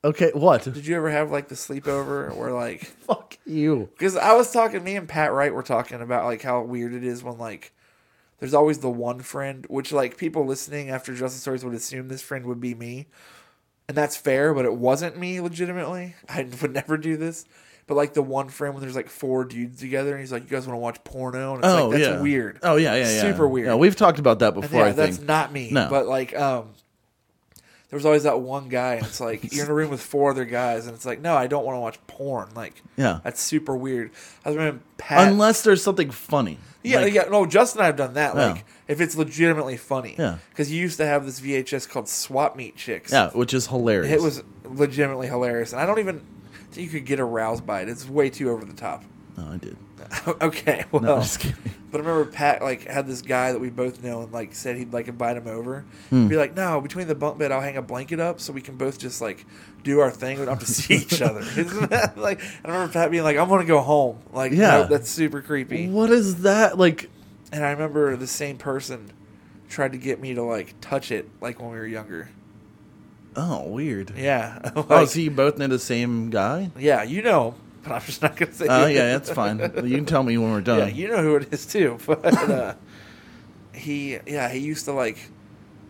Speaker 3: Okay, what?
Speaker 2: Did you ever have like the sleepover where like
Speaker 3: Fuck you.
Speaker 2: cuz I was talking me and Pat Wright were talking about like how weird it is when like there's always the one friend which like people listening after Justice Stories would assume this friend would be me. and that's fair, but it wasn't me legitimately. I would never do this. But like the one friend when there's like four dudes together and he's like, "You guys want to watch porno?" And it's
Speaker 3: Oh,
Speaker 2: like that's
Speaker 3: yeah.
Speaker 2: weird.
Speaker 3: Oh yeah, yeah, yeah.
Speaker 2: Super weird.
Speaker 3: Yeah, we've talked about that
Speaker 2: And
Speaker 3: before.
Speaker 2: yeah,
Speaker 3: I think
Speaker 2: that's not me.
Speaker 3: No.
Speaker 2: But like, um, there was always that one guy, and it's like you're in a room with four other guys, and it's like, no, I don't want to watch porn. Like,
Speaker 3: Yeah.
Speaker 2: that's super weird. I was remembering Pat.
Speaker 3: unless there's something funny.
Speaker 2: Yeah,
Speaker 3: Like,
Speaker 2: yeah, no, Justin and I have done that.
Speaker 3: Yeah.
Speaker 2: Like, if it's legitimately funny,
Speaker 3: Yeah.
Speaker 2: because you used to have this VHS called Swap Meet Chicks.
Speaker 3: yeah, which is hilarious.
Speaker 2: It was legitimately hilarious, and I don't even think you could get aroused by it. It's way too over the top.
Speaker 3: No, I did.
Speaker 2: okay, well,
Speaker 3: No, I'm just kidding.
Speaker 2: but I remember Pat like had this guy that we both know, and like said he'd like invite him over.
Speaker 3: Hmm.
Speaker 2: Be like, no, between the bunk bed, I'll hang a blanket up so we can both just like do our thing. We don't have to see each other. Isn't that like? I remember Pat being like, I want to go home. Like,
Speaker 3: Yeah.
Speaker 2: no, that's super creepy.
Speaker 3: What is that like?
Speaker 2: And I remember the same person tried to get me to like touch it like when we were younger.
Speaker 3: Oh, weird.
Speaker 2: Yeah.
Speaker 3: oh,
Speaker 2: Like-
Speaker 3: so you both know the same guy?
Speaker 2: Yeah, you know, but I'm just not gonna say.
Speaker 3: Oh
Speaker 2: it.
Speaker 3: yeah, that's fine. You can tell me when we're done.
Speaker 2: yeah, you know who it is too. But uh, he, yeah, he used to like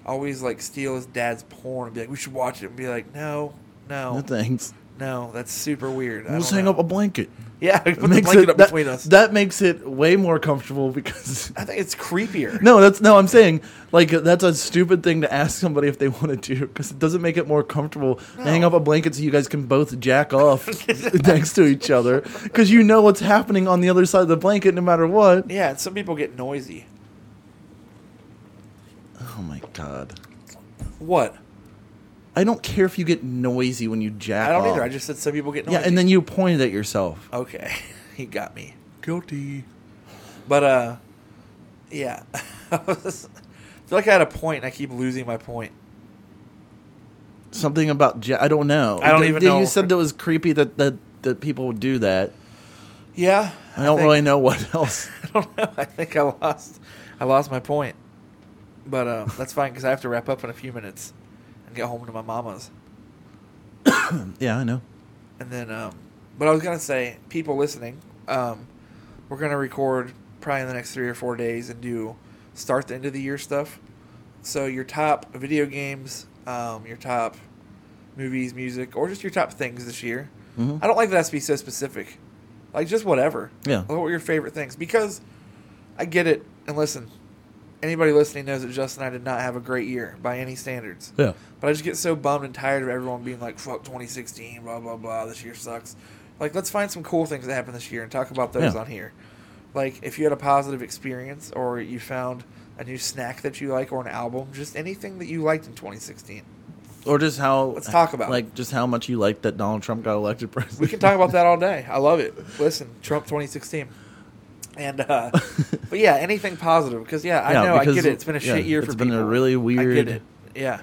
Speaker 2: always like steal his dad's porn and be like, "We should watch it," and be like, "No,
Speaker 3: No
Speaker 2: no,
Speaker 3: thanks.
Speaker 2: no, that's super weird." I
Speaker 3: We'll just
Speaker 2: don't
Speaker 3: hang
Speaker 2: know."
Speaker 3: up a blanket.
Speaker 2: Yeah, put
Speaker 3: It
Speaker 2: the
Speaker 3: makes
Speaker 2: blanket
Speaker 3: it-
Speaker 2: up
Speaker 3: that,
Speaker 2: between us.
Speaker 3: That makes it way more comfortable because
Speaker 2: I think it's creepier.
Speaker 3: No, that's no. I'm saying like that's a stupid thing to ask somebody if they want to do because it doesn't make it more comfortable. to Hang up a blanket so you guys can both jack off next to each other because you know what's happening on the other side of the blanket no matter what.
Speaker 2: Yeah, and some people get noisy.
Speaker 3: Oh my god!
Speaker 2: What?
Speaker 3: I don't care if you get noisy when you jack.
Speaker 2: I don't
Speaker 3: off.
Speaker 2: either. I just said some people get noisy.
Speaker 3: yeah, and then you pointed at yourself.
Speaker 2: Okay, he got me guilty. But uh, yeah, I was- I feel like I had a point. And I keep losing my point.
Speaker 3: Something about ja- I don't know.
Speaker 2: I don't
Speaker 3: Did-
Speaker 2: even
Speaker 3: did
Speaker 2: know.
Speaker 3: You said that was creepy that that that people would do that.
Speaker 2: Yeah,
Speaker 3: I don't
Speaker 2: think-
Speaker 3: really know what else.
Speaker 2: don't know. I think I lost. I lost my point. But uh, that's fine because I have to wrap up in a few minutes and get home to my mama's.
Speaker 3: yeah, I know.
Speaker 2: And then, um, but I was gonna say, people listening, um, we're gonna record probably in the next three or four days and do start the end of the year stuff. So your top video games, um, your top movies, music, or just your top things this year. I don't like that it has to be so specific. Like just whatever.
Speaker 3: Mm-hmm. Yeah.
Speaker 2: What were your favorite things? Because I get it. And listen, anybody listening knows that Justin and I did not have a great year by any standards.
Speaker 3: Yeah.
Speaker 2: But I just get so bummed and tired of everyone being like, fuck 2016, blah, blah, blah, this year sucks. Like, let's find some cool things that happened this year and talk about those
Speaker 3: Yeah.
Speaker 2: on here. Like, if you had a positive experience or you found a new snack that you like or an album, just anything that you liked in 2016.
Speaker 3: Or just how
Speaker 2: Let's talk about it.
Speaker 3: like just how much you like that Donald Trump got elected president.
Speaker 2: We can talk about that all day. I love it. Listen, Trump 2016. And, uh, but yeah, anything positive. Because, yeah, I
Speaker 3: Yeah,
Speaker 2: know, I
Speaker 3: because,
Speaker 2: get it. It's been a
Speaker 3: yeah,
Speaker 2: shit year
Speaker 3: it's
Speaker 2: for
Speaker 3: been a
Speaker 2: people.
Speaker 3: really
Speaker 2: I
Speaker 3: weird-
Speaker 2: get it. Yeah.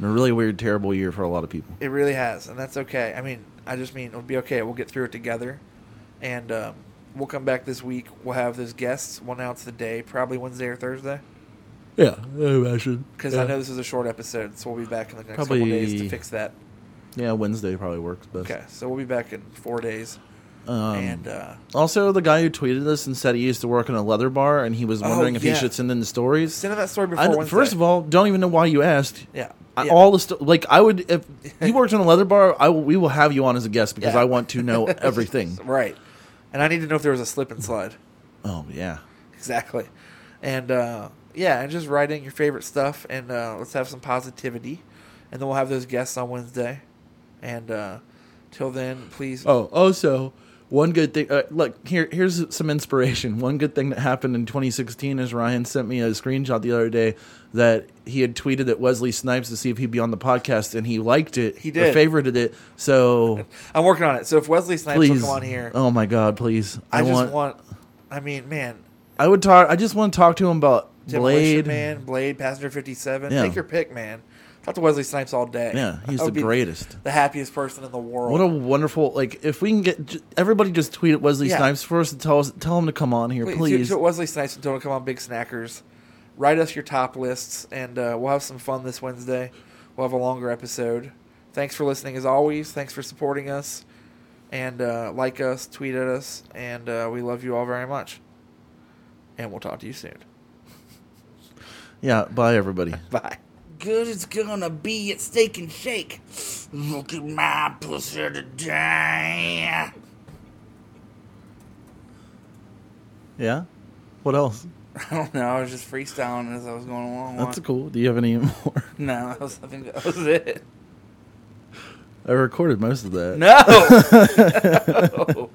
Speaker 3: a really weird, terrible year for a lot of people.
Speaker 2: It really has, and that's okay. I mean, I just mean it'll be okay. We'll get through it together, and um, we'll come back this week. We'll have those guests. We'll announce the day, probably Wednesday or Thursday,
Speaker 3: Yeah, I imagine.
Speaker 2: because
Speaker 3: yeah.
Speaker 2: I know this is a short episode, so we'll be back in the next couple
Speaker 3: Probably-
Speaker 2: days to fix that.
Speaker 3: Yeah, Wednesday probably works best.
Speaker 2: Okay, so we'll be back in four days,
Speaker 3: Um,
Speaker 2: and uh,
Speaker 3: also, the guy who tweeted this and said he used to work in a leather bar and he was wondering if
Speaker 2: Oh, yeah.
Speaker 3: he should send in the stories.
Speaker 2: send in that story before
Speaker 3: I don't-
Speaker 2: Wednesday.
Speaker 3: first of all, don't even know why you asked.
Speaker 2: yeah,
Speaker 3: I,
Speaker 2: yeah.
Speaker 3: All the sto- like I would if you worked in a leather bar, I will, we will have you on as a guest because
Speaker 2: Yeah.
Speaker 3: I want to know everything.
Speaker 2: right, and I need to know if there was a slip and slide.
Speaker 3: oh yeah,
Speaker 2: exactly. And uh, yeah, and just write in your favorite stuff, and uh, let's have some positivity, and then we'll have those guests on Wednesday. And uh, till then, please.
Speaker 3: Oh, also, One good thing, uh, look here. Here's some inspiration. One good thing that happened in 2016 is Ryan sent me a screenshot the other day that he had tweeted at Wesley Snipes to see if he'd be on the podcast, and he liked it.
Speaker 2: He
Speaker 3: or
Speaker 2: did.
Speaker 3: favorited it. So
Speaker 2: I'm working on it. So if Wesley Snipes will
Speaker 3: please,
Speaker 2: come on here,
Speaker 3: oh my god, please.
Speaker 2: I,
Speaker 3: I,
Speaker 2: just
Speaker 3: want,
Speaker 2: want, I mean, man,
Speaker 3: I would talk. I just want to talk to him about
Speaker 2: Demolition
Speaker 3: Blade.
Speaker 2: Man, Blade, Passenger 57.
Speaker 3: Yeah.
Speaker 2: Take your pick, man. Talk to Wesley Snipes all day.
Speaker 3: Yeah, he's
Speaker 2: I would
Speaker 3: the
Speaker 2: be
Speaker 3: greatest.
Speaker 2: The happiest person in the world.
Speaker 3: What a wonderful like! If we can get j- everybody, just tweet at Wesley
Speaker 2: Yeah.
Speaker 3: Snipes for us and tell us tell him to come on here,
Speaker 2: Wait,
Speaker 3: please.
Speaker 2: so- so Wesley Snipes and Total Come On Big Snackers. Write us your top lists, and uh, we'll have some fun this Wednesday. We'll have a longer episode. Thanks for listening, as always. Thanks for supporting us, and uh, like us, tweet at us, and uh, we love you all very much. And we'll talk to you soon.
Speaker 3: yeah, bye everybody.
Speaker 2: Bye.
Speaker 7: good it's gonna be at Steak and Shake. Look at my pussy today.
Speaker 3: Yeah, what else?
Speaker 2: I don't know. Oh, I was just freestyling as I was going along.
Speaker 3: That's
Speaker 2: One-
Speaker 3: cool. Do you have any more?
Speaker 2: no, that was, I think that was it.
Speaker 3: I recorded most of that.
Speaker 2: No! no.